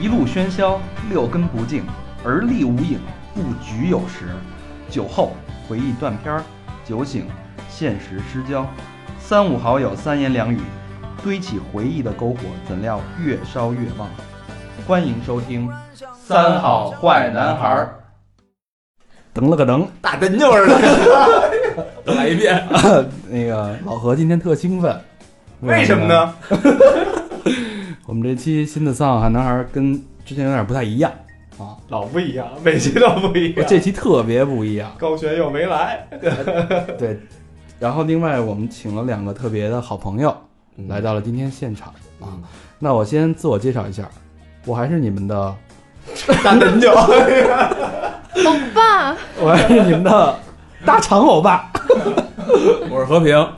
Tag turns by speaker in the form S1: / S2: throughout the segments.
S1: 一路喧嚣，六根不净，而立无影，不局有时。酒后回忆断片儿，酒醒现实失焦。三五好友三言两语，堆起回忆的篝火，怎料越烧越旺。欢迎收听《三好坏男孩儿》。
S2: 噔了个噔，
S3: 大真就是的，再来一遍，
S2: 那个老何今天特兴奋，
S3: 为什么？呢？
S2: 我们这期新的《三好男孩》跟之前有点不太一样，
S3: 老不一样，每期都不一样。
S2: 这期特别不一样。
S3: 高璇又没来，
S2: 对，然后另外我们请了两个特别的好朋友
S4: 嗯
S2: 来到了今天现场啊。那我先自我介绍一下，我还是你们的，
S3: 大真就，
S5: 欧巴，
S2: 我还是你们的大长欧巴，我是和平。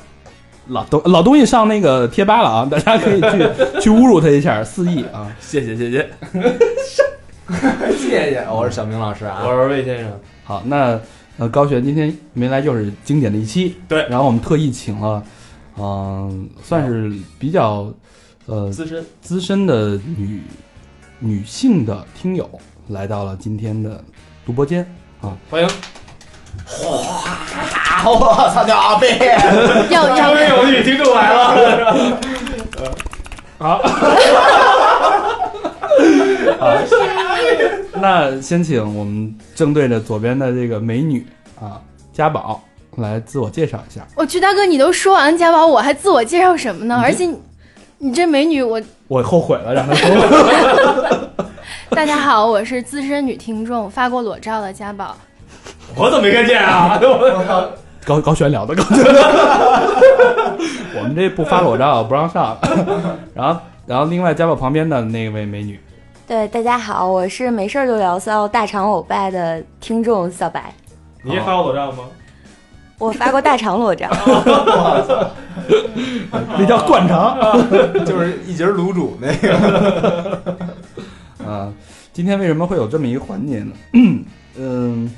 S2: 老东老东西上那个贴吧了啊，大家可 以去去侮辱他一下，肆意啊！谢谢谢谢。
S3: 谢谢，我是小明老师啊，
S4: 我是魏先生，
S2: 好，那呃，高璇今天没来，又是经典的一期。
S4: 对
S2: 然后我们特意请了，嗯、算是比较呃
S4: 资深
S2: 资深的女女性的听友来到了今天的独播间。
S4: 欢迎。
S3: 啊，我操牛逼！
S5: 要
S4: 终于
S5: 要
S4: 有女听众来了，
S2: 那先请我们正对着左边的这个美女啊，家宝来自我介绍一下。
S5: 我去，大哥，你都说完家宝，我还自我介绍什么呢？而且你你这美女，我
S2: 我后悔了，让她说。
S5: 大家好，我是资深女听众，发过裸照的家宝。
S4: 我怎么没看见啊？
S2: 高高璇聊的高璇， 我们这不发裸照不让上。然后，然后另外家宝旁边的那位美女，
S6: 对，大家好，我是没事儿就聊骚大长欧巴的听众小白，
S4: 你也发过裸照吗？
S6: 我发过大长裸照，
S2: 那叫灌
S4: 啊
S2: 肠。
S3: 就是一节卤煮那个，
S2: 啊，今天为什么会有这么一个环节呢？嗯，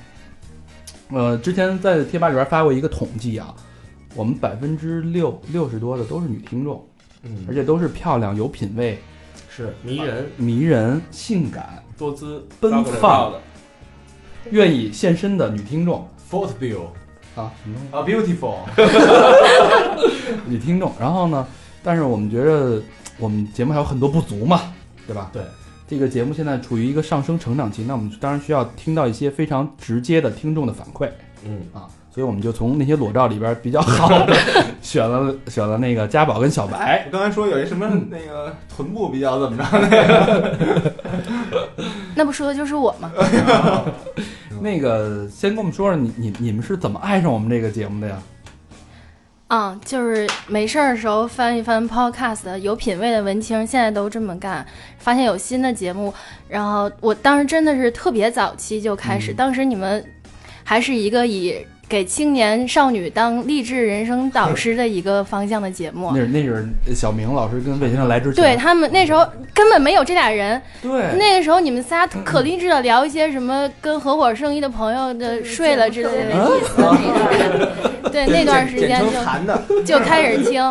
S2: 呃，之前在贴吧里边发过一个统计啊，我们百分之六六十多的都是女听众，而
S4: 嗯，
S2: 且都是漂亮、有品位、
S4: 是迷人
S2: 迷人、性感、
S3: 啊
S4: 多姿
S2: 奔
S4: 发过裸照的，
S2: 愿意献身的女听众
S3: Fort Bill
S2: 啊，什么东西
S3: 啊，Beautiful，
S2: 女听众。然后呢，但是我们觉得我们节目还有很多不足嘛，对吧？
S4: 对。
S2: 这个节目现在处于一个上升成长期，那我们当然需要听到一些非常直接的听众的反馈。
S4: 嗯，
S2: 啊，所以我们就从那些裸照里边比较好的 选了选了那个家宝跟小白。
S3: 我刚才说有一什么
S4: 嗯
S3: 那个臀部比较怎么着，
S5: 那不说的就是我吗？
S2: 那个先跟我们说说你你你们是怎么爱上我们这个节目的呀？
S5: 啊，就是没事儿的时候翻一翻 Podcast，有品位的文青现在都这么干。发现有新的节目，然后我当时真的是特别早期就开始，
S2: 嗯
S5: 当时你们还是一个以给青年少女当励志人生导师的一个方向的节目
S2: 那。是那是小明老师跟魏先生来之
S5: 对
S2: 前，
S5: 他们那时候根本没有这俩人，
S2: 对
S5: 那个时候你们仨可励志的聊一些什么跟合伙生意的朋友的睡了之类的，对那段时间
S3: 简称韩的，
S5: 就就开始 听，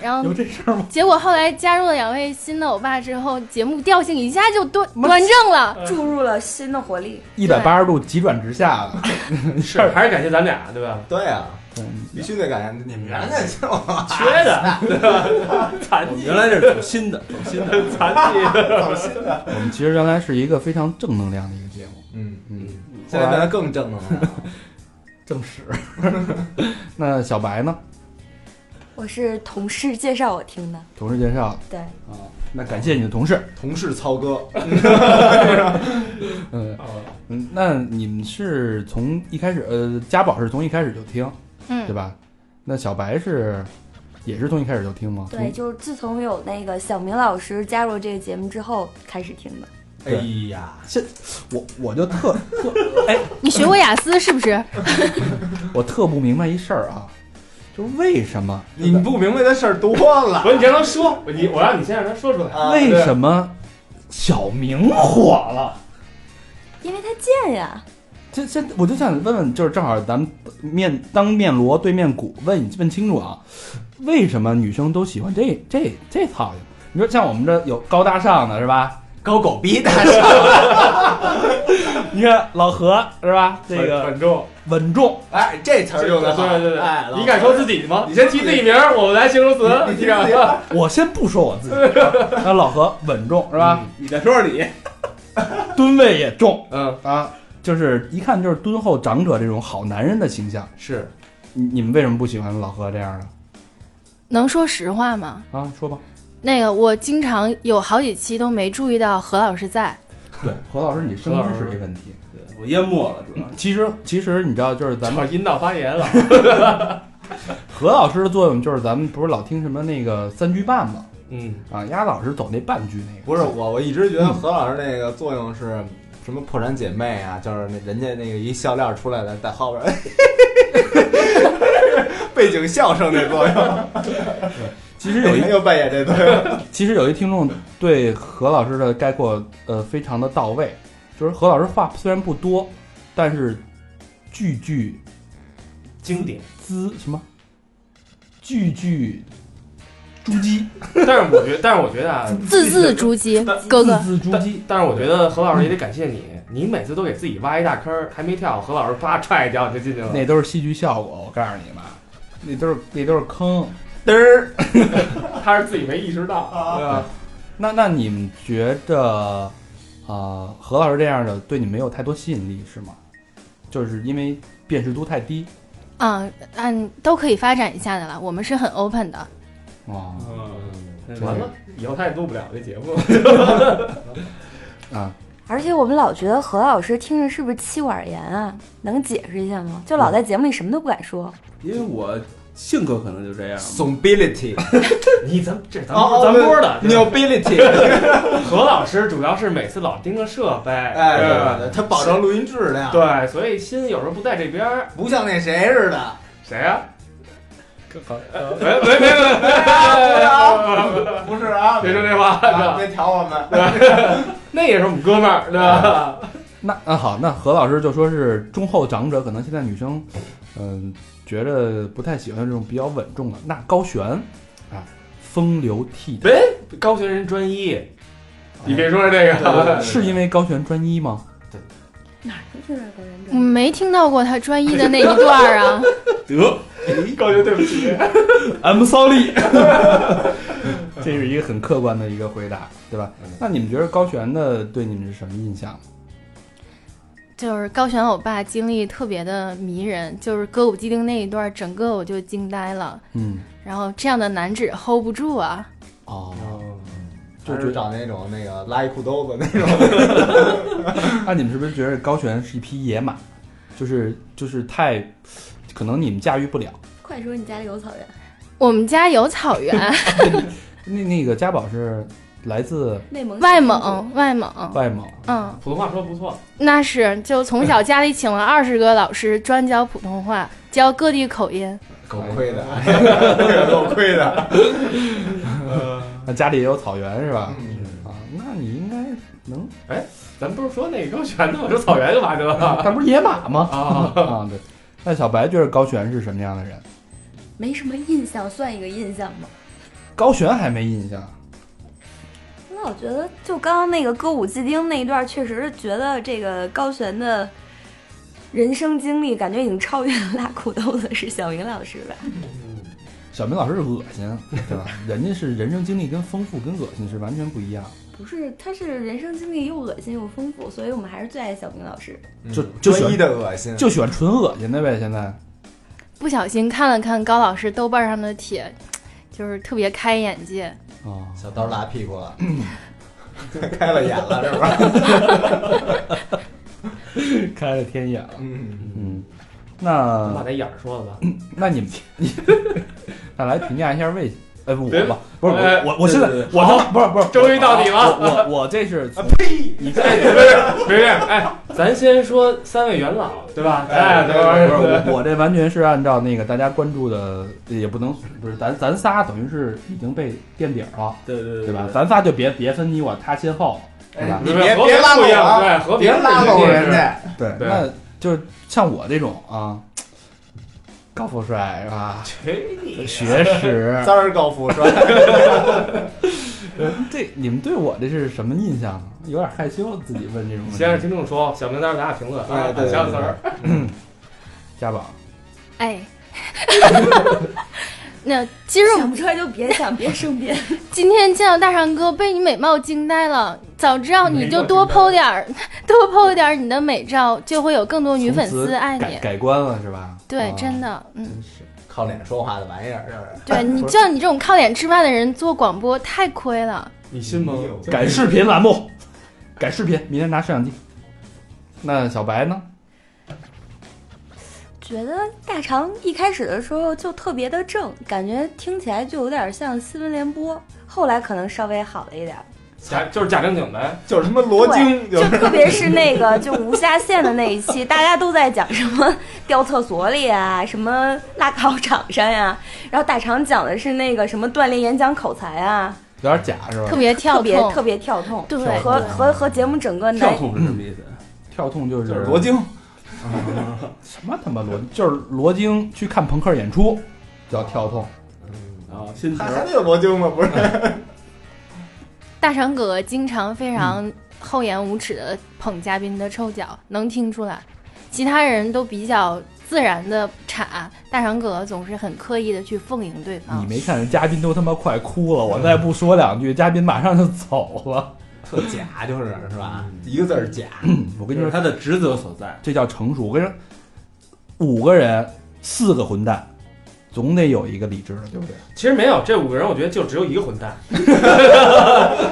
S5: 然后
S2: 有这事儿吗？
S5: 结果后来加入了两位新的欧巴之后，节目调性一下就端端正了。
S6: 注入了新的活力。
S2: 一百八十度急转直下的，
S4: 是还是感谢咱俩对吧？
S3: 对啊，
S2: 对
S3: 必须得感谢你们原来就
S4: 缺的， 对吧？残疾，原来这是走心 的，走心的，残疾的，
S3: 走心的，
S2: 我们其实原来是一个非常正能量的一个节目，
S3: 嗯，
S2: 嗯，
S3: 现在变得更正能量了，
S2: 正史。 那小白呢？
S6: 我是同事介绍我听的，
S2: 同事介绍
S6: 对，
S2: 啊，那感谢你的同事，
S3: 同事操哥，
S2: 嗯
S3: 啊
S2: 嗯，那你们是从一开始，呃，家宝是从一开始就听。对
S5: 嗯，
S2: 吧？那小白是也是从一开始就听吗？
S6: 对，就是自从有那个小明老师加入这个节目之后开始听的。
S3: 哎呀，
S2: 我我就特
S5: 你学过雅思是不是？
S2: 我特不明白一事儿啊，就是为什么
S3: 你不明白的事儿多了
S4: 不。是你让他说，你我让你先让他说出来。
S3: 啊
S2: 为
S3: 对
S2: 什么小明火了？
S6: 因为他贱呀，
S2: 这这，我就想问问，就是正好咱们面当面锣对面鼓，问问清楚啊，为什么女生都喜欢这这这操性？你说像我们这有高大上的是吧？
S3: 高狗逼大赏，
S2: 你看老何是吧？这个
S4: 稳重，
S2: 稳重，
S3: 哎，这词儿用的好，
S4: 对对对，
S3: 哎，老
S4: 你敢说自己吗？你先提自己名儿，我们来形容词，你敢？
S3: 嗯
S2: 我先不说我自己，啊那老何稳重是吧？
S4: 你再说说你，
S2: 吨位也重
S4: 嗯，
S2: 啊，就是一看就是敦厚长者这种好男人的形象。
S3: 是
S2: 你你们为什么不喜欢老何这样的
S5: 能说实话吗？
S2: 啊？说吧。
S5: 那个我经常有好几期都没注意到何老师在，
S2: 对，何老师，你声音
S4: 何老
S2: 是
S4: 师
S2: 这问题。
S4: 我淹没了，主要
S2: 其实其实你知道，就是咱
S4: 咱
S2: 们
S4: 们引导发言了，
S2: 何老师的作用就是咱们不是老听什么那个三句半吗？
S4: 嗯，
S2: 啊，丫老师走那半句那个。
S3: 不是我？我一直觉得何老师那个作用是什么破产姐妹啊，就是那人家那个一笑料出来的，在后边儿背景笑声那作用，
S2: 其实哎有一
S3: 又扮演这作用，
S2: 其实有一听众对何老师的概括呃非常的到位，就是何老师话虽然不多，但是句句
S4: 经典。
S2: 滋什么，句句珠玑，
S4: 但是我觉，但是我觉得啊，
S5: 字字 珠玑，哥哥，
S2: 字字珠
S4: 但
S2: 玑。
S4: 但是我觉得何老师也得感谢你，你每次都给自己挖一大坑儿，还没跳，何老师啪踹一脚你就进去了。
S2: 那都是戏剧效果，我告诉你们，那都是那都是坑。
S4: 嘚儿， 他是自己没意识到，
S2: 啊
S4: 对吧？
S2: 那那你们觉得，呃，何老师这样的对你没有太多吸引力是吗？就是因为辨识度太低
S5: 啊，按都可以发展一下的了，我们是很 open 的。
S2: 啊
S4: 嗯，完了，以后他也录不了这节目。
S2: 啊！
S6: 而且我们老觉得何老师听着是不是妻管严啊？能解释一下吗？就老在节目里什么都不敢说。
S4: 因为我性格可能就这样。
S3: 怂ability，
S4: 你咱们这咱
S3: 哦
S4: 们
S3: 哦
S4: 咱们波的，
S3: 牛ability，
S4: 何老师主要是每次老盯着设备，
S3: 哎，
S4: 对
S3: 对
S4: 吧
S3: 对对，他保证录音质量，，
S4: 对，所以心有时候不在这边儿。
S3: 不像那谁似的，
S4: 谁呀？没没没没没，
S3: 不是啊，
S4: 别说这话，是
S3: 啊，
S4: 吧
S3: 别挑我们，
S4: 那也是我们哥们儿，对吧？
S2: 那那好，那何老师就说是忠厚长者，可能现在女生，嗯、觉得不太喜欢这种比较稳重的。那高璇啊，风流倜傥，
S4: 高学人专一，你别说这个，
S2: 哎是因为高璇专一 吗？
S6: 嗯
S5: 我没听到过他专一的那一段儿啊，
S2: 得
S4: 高学对不起，
S2: ，I'm sorry，这是一个很客观的一个回答，对吧？
S4: 嗯
S2: 那你们觉得高璇的对你们是什么印象？
S5: 就是高璇欧巴经历特别的迷人，就是歌舞伎町那一段儿，整个我就惊呆了。
S2: 嗯，
S5: 然后这样的男子 hold 不住啊，
S2: 哦，
S3: 就
S2: 就
S3: 嗯就
S2: 就
S3: 找那种那个拉一裤兜子那 种，
S2: 那你们是不是觉得高璇是一匹野马？就是就是太，可能你们驾驭不了。
S6: 快说你家里有草原，
S5: 我们家有草原，
S2: 那那个家宝是来自
S6: 内蒙
S5: 外蒙，外蒙，
S2: 外蒙，
S5: 嗯，
S4: 普通话说得不错，
S5: 那是就从小家里请了二十个老师专教普通话，教各地口音。
S3: 够亏 的，够亏的，
S2: 那家里也有草原是吧？
S3: 嗯
S2: 啊，那你应该能，
S4: 咱不是说那个高璇的吗？说草原干嘛去了？
S2: 但不是野马吗？
S4: 啊，
S2: 啊，对。那小白觉得高璇是什么样的人？
S6: 没什么印象，算一个印象吧。
S2: 高璇还没印象，
S6: 我老觉得就刚刚那个歌舞伎町那一段，确实是觉得这个高璇的人生经历，感觉已经超越了拉 裤兜子是小明老师吧？
S2: 小明老师是恶心，对吧？人家是人生经历跟丰富跟恶心是完全不一样。
S6: 不是，他是人生经历又恶心又丰富，所以我们还是最爱小明老师。
S2: 就
S3: 嗯
S2: 就喜欢
S3: 专一的恶心，
S2: 就喜欢纯恶心的呗，现在。
S5: 不小心看了看高老师豆瓣上的帖，就是特别开眼界。
S2: 啊，
S3: 小刀拉屁股了， 开了眼了是吧？
S2: 开了天眼了。
S3: 嗯，
S2: 嗯，
S4: 你把
S2: 那
S4: 那眼儿说了吧。
S2: 那你们， 那来评价一下魏，呃，我
S4: 别
S2: 吧，不是
S4: 哎
S2: 我，我我现在
S3: 对对
S2: 我到不是不是，
S4: 终于到你了
S2: 我我我这是从
S3: 呸！
S4: 你看，别别别，哎，咱先说三位元老，对吧？哎，对
S2: 不是
S4: 吧？
S2: 我我这完全是按照那个大家关注的，也不能不是咱咱仨等于是已经被垫底了，
S4: 对对
S2: 对吧？？咱仨就别别分你我他先后，对吧？
S4: 别
S3: 别别
S4: 别
S3: 拉
S4: 不一
S3: 拢
S4: 样，
S3: 啊
S4: 对，和
S3: 别
S4: 平
S3: 拉拢人。家，
S2: 对
S4: 对
S2: 那就是像我这种啊，高富帅是吧？
S4: 去你！
S2: 学识
S3: 三儿高富帅，
S2: 这你们对我这是什么印象？啊有点害羞，自己问这种问题。
S7: 啊
S4: 先让听众说，小明在这儿咱俩评论啊
S3: 哎，对对
S4: 加个词儿。
S2: 家宝，
S5: 哎， 那其实我
S6: 想不出来就别想，别 生别。
S5: 今天见到大长哥，被你美貌惊呆了。早知道你就多
S4: 美貌
S5: PO 点儿， 多 PO 点儿你的美照，就会有更多女粉
S2: 从
S5: 丝
S2: 此
S5: 爱
S2: 改
S5: 你。
S2: 改观了是吧？
S5: 对
S2: 啊，
S5: 真，的，嗯，
S2: 真是
S3: 靠脸说话的玩意儿，是
S5: 对你像你这种靠脸吃饭的人做广播太亏了。
S4: 你信吗
S3: 哎？呦
S2: 改视频栏目，改视频，明天拿摄像机。那小白呢？
S6: 觉得大肠一开始的时候就特别的正，感觉听起来就有点像新闻联播。后来可能稍微好了一点，
S4: 假就是假正经呗，
S3: 就是他妈罗京，就
S6: 就是特别是那个就无下限的那一期，大家都在讲什么 掉厕所里啊，什么拉考场上呀、然后大肠讲的是那个什么锻炼演讲口才啊，
S2: 有点假是吧
S5: 特？别跳
S6: 特别特
S5: 痛，
S6: 别跳痛，
S5: 对
S6: 和和和节目整个
S4: 跳
S6: 男
S4: 痛是什么意思？
S2: 跳痛就是
S3: 就是罗京，
S2: 什么他妈罗，就是罗京去看朋克演出叫跳痛。
S3: 嗯
S4: 啊，新词
S3: 还
S4: 儿
S3: 还得有罗京吗？不是，
S5: 大长哥经常非常厚颜无耻的捧嘉宾的臭脚，能听出来。其他人都比较自然的插，大长哥总是很刻意的去奉迎对
S2: 你
S5: 方。
S2: 没看人嘉宾都他妈快哭了，我再不说两
S4: 嗯
S2: 句，嘉宾马上就走了。
S3: 特假，就是是吧？一个字儿假，
S2: 我跟你
S4: 就
S2: 说，
S4: 是他的职责所在。
S2: 这叫成熟。我跟你说，五个人四个混蛋，总得有一个理智的，对不对？
S4: 其实没有这五个人，我觉得就只有一个混蛋，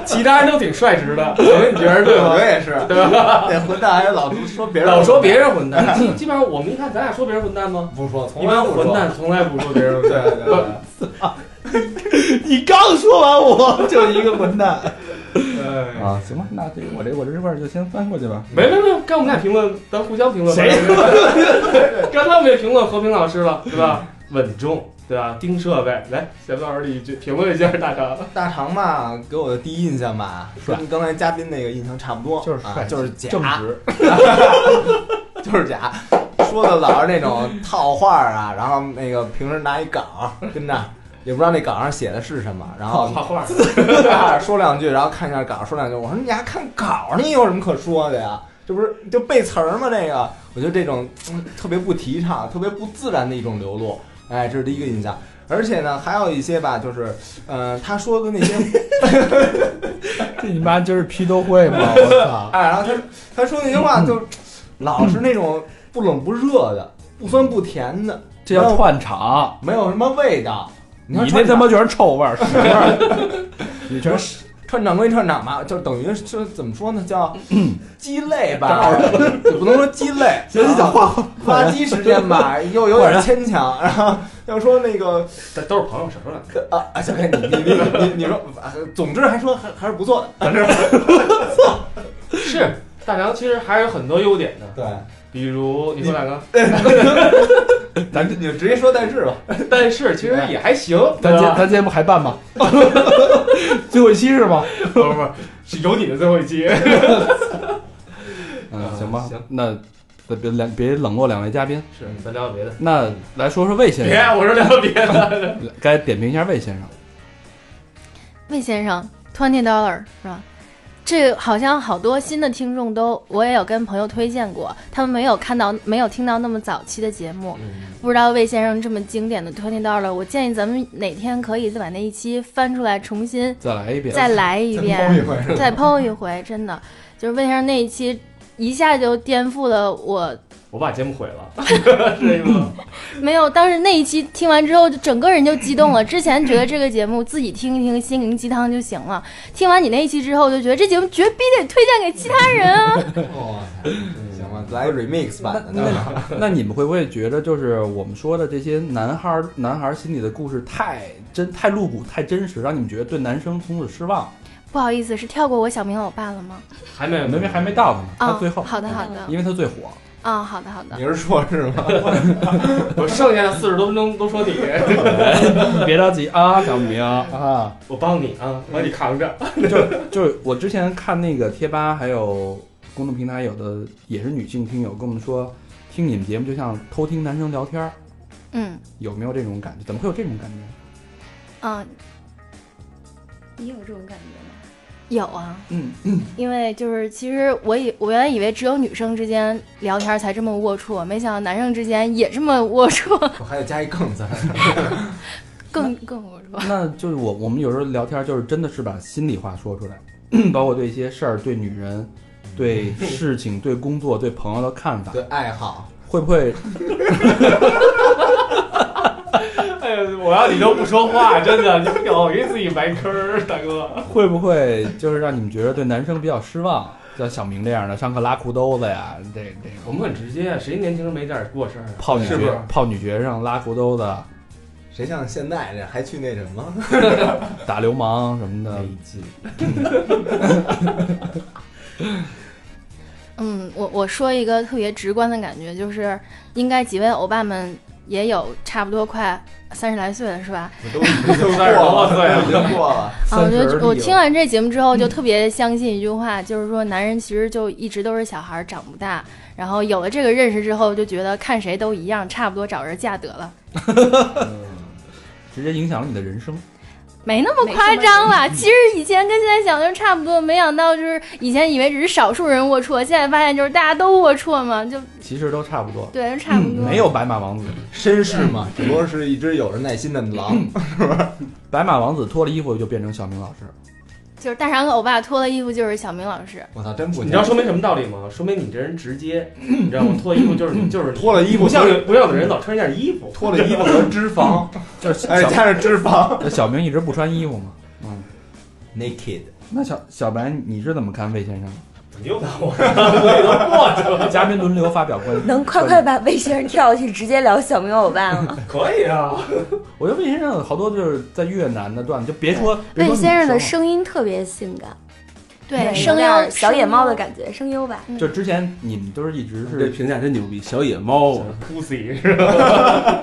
S4: 其他人都挺率直的。你觉得对
S3: 我觉
S4: 吗？
S3: 得也是，
S4: 对吧？
S3: 那混蛋还老说别人，
S4: 老说别人混蛋，基基本上我们一看，咱俩说别人混蛋吗？
S3: 不说，从
S4: 一
S3: 来
S4: 般
S3: 不说
S4: 混，蛋从来不说别人混
S3: 对
S4: 蛋。
S3: 对对，
S2: 你刚说完我就一个混蛋
S4: 哎
S2: 啊！行吧，那这个我这我这块儿就先翻过去吧。
S4: 没没没，该我们俩评论，咱互相评论吧。
S2: 谁
S4: 刚才我们也评论和平老师了，对吧？稳重，对啊吧？盯设备，来，小明老师你去评论一下大肠。
S3: 大肠嘛，给我的第一印象吧，
S2: 帅
S3: 跟刚才嘉宾那个印象差不多，
S2: 就是
S3: 啊
S2: 帅气
S3: 就是假，
S2: 正直，
S3: 就是假，说的老是那种套话儿啊，然后那个平时拿一稿儿跟着，也不知道那稿上写的是什么，然
S2: 啊
S3: 后
S4: 啊画 画，
S3: 说两句，然后看一下稿，说两句。我说你还看稿，你有什么可说的呀？这不是就背词儿吗？这个，我觉得这种、嗯特别不提倡、特别不自然的一种流露。哎，这是第一个印象。而且呢，还有一些吧，就是，呃，他说的那些，
S2: 这你妈今儿批斗会吗？ 我操！
S3: 哎，然后他他说那些话 就，老是那种不冷不热的，不酸不甜的，
S2: 这叫串场，
S3: 没有什么味道。
S2: 你
S3: 要
S2: 那
S3: 穿
S2: 他妈全是臭味儿，屎味儿， 你全是
S3: 串掌归串掌吧，就等于是怎么说呢， 叫鸡肋吧， 也不能说鸡肋，
S2: 行行行，换
S3: 垃圾时间 吧，又有点牵强。然后要说那个
S4: 这都是朋友，少说两句。
S3: 啊，啊小天，你你你你你说，啊总之还说还还是不错的。反正
S4: 是大肠其实还是有很多优点的，
S3: 对，
S4: 比如你说两个，
S3: 咱就你就直接说但是吧。
S4: 但是其实也还 行，
S2: 咱
S4: 对啊
S2: 节
S4: 吧
S2: 咱节目还办吗？ 最后一期是吗？
S4: 不不不，是有你的最后一期。
S2: 嗯，
S4: 嗯
S2: 行吧，
S4: 行
S2: 那那别两别冷落两位嘉宾，
S4: 是，咱聊聊别的。
S2: 那来说说魏先
S4: 别，啊
S2: 生，
S4: 我说聊聊别 的。
S2: 该点评一下魏先生。
S5: 魏先生，twenty dollar 是吧？这好像好多新的听众都，我也有跟朋友推荐过，他们没有看到，没有听到那么早期的节目，不知道魏先生这么经典的 twenty dollar，我建议咱们哪天可以再把那一期翻出来，重新
S2: 再来一遍，
S5: 再来一
S3: 蒙一
S5: 遍，
S3: 回是吧
S5: 再剖一回，真的就是魏先生那一期一下就颠覆了我，
S4: 我把节目毁 了，是这个吗？
S5: 没有，当时那一期听完之后，就整个人就激动了。之前觉得这个节目自己听一听心灵鸡汤就行了，听完你那一期之后，就觉得这节目绝逼得推荐给其他人 啊！
S3: 哇塞嗯哦行吧，来个 remix 版的呢。
S2: 那你们会不会觉得，就是我们说的这些男孩儿男孩儿心里的故事太真、太露骨、太真实，让你们觉得对男生从此失望？
S5: 不好意思，是跳过我小明欧巴了吗？
S4: 还没
S2: 明明还没到他呢，
S5: 啊、
S2: 他最后，
S5: 好的好的，
S4: 嗯
S2: 因为他最火，
S5: 啊、好的好的
S3: 你，是说是吗？
S4: 我剩下的四十多分钟都说你，
S2: 别着急啊，小明 啊，
S4: 我帮你啊，我帮你扛着。
S2: 就是我之前看那个贴吧，还有公众平台，有的也是女性听友跟我们说，听你们节目就像偷听男生聊天儿，
S5: 嗯
S2: 有没有这种感觉？怎么会有这种感觉？
S5: 嗯。
S6: 你有这种感觉
S5: 有啊，
S2: 嗯，
S5: 因为就是其实我以我原来以为只有女生之间聊天才这么龌龊，没想到男生之间也这么 龌龊，
S3: 我还得加一更字。
S5: 更更龌 龊。
S2: 那就是我我们有时候聊天就是真的是把心里话说出来， 包括对一些事儿、对女人、对事情、对工作、对朋友的看 法，
S3: 对爱好，
S2: 会不会
S4: 哎呀，我要你都不说话，真的，你有给自己埋坑儿，大哥。
S2: 会不会就是让你们觉得对男生比较失望？像小明这样的，上课拉裤兜子呀，这这个
S4: 我们很直接，啊谁年轻没点过事儿啊？
S2: 泡女
S4: 是不是
S2: 学？泡女学生拉裤兜子、
S3: 谁像现在这还去那什么？
S2: 打流氓什
S4: 呃
S2: 么的，
S5: 嗯，我我说一个特别直观的感觉，就是应该几位欧巴们也有差不多快三十来岁了，是吧？
S3: 我 都已经过了，已经过了。
S5: 啊，
S2: 三
S5: 我觉
S2: 十而立
S5: 得我听
S2: 了
S5: 完这节目之后，就特别相信一句话，就是说男人其实就一直都是小孩儿，长不大。然后有了这个认识之后，就觉得看谁都一样，差不多找人嫁得了，
S4: 嗯
S2: 直接影响了你的人生。
S5: 没那么夸张啦。其实以前跟现在想就差不多，没想到就是以前以为只是少数人龌龊，现在发现就是大家都龌龊嘛，就
S2: 其实都差不多，嗯
S5: 对，就差不多。
S2: 没有白马王子。
S3: 绅士嘛，只不过是一只有着耐心的狼。
S2: 白马王子脱了衣服就变成小明老师，
S5: 就是大傻子欧巴脱了衣服就是小明老师，
S3: 我操，真不行
S4: 你知道说明什么道理吗？说明你这人直接，你知道吗？脱衣服就是你，就是你
S3: 脱了衣服
S4: 不像不像有的人老穿一件衣 服。
S3: 脱了衣服和脂肪，
S2: 就是
S3: 哎，
S2: 小
S3: 加上脂肪
S2: 那小明一直不穿衣服嘛。嗯，
S3: ，naked。
S2: 那小小白你是怎么看魏先生的？
S4: 你又把我我都过去 了，
S2: 嘉宾轮流发表观点。
S6: 吗？能快快把魏先生跳下去，直接聊小明欧巴吗？
S4: 可以啊。
S2: 我觉得魏先生好多就是在越南的段子，就别说别
S6: 魏
S2: 说
S6: 先生的
S2: 女生
S6: 声音特别性感，
S5: 对，
S6: 有
S5: 声
S6: 点
S5: 优
S6: 小野猫的
S5: 觉。
S6: 感觉，声优吧。
S2: 了就之前你们都是一直
S7: 这
S2: 是
S7: 评价真牛逼，小野猫啊，
S4: Pussy 是吧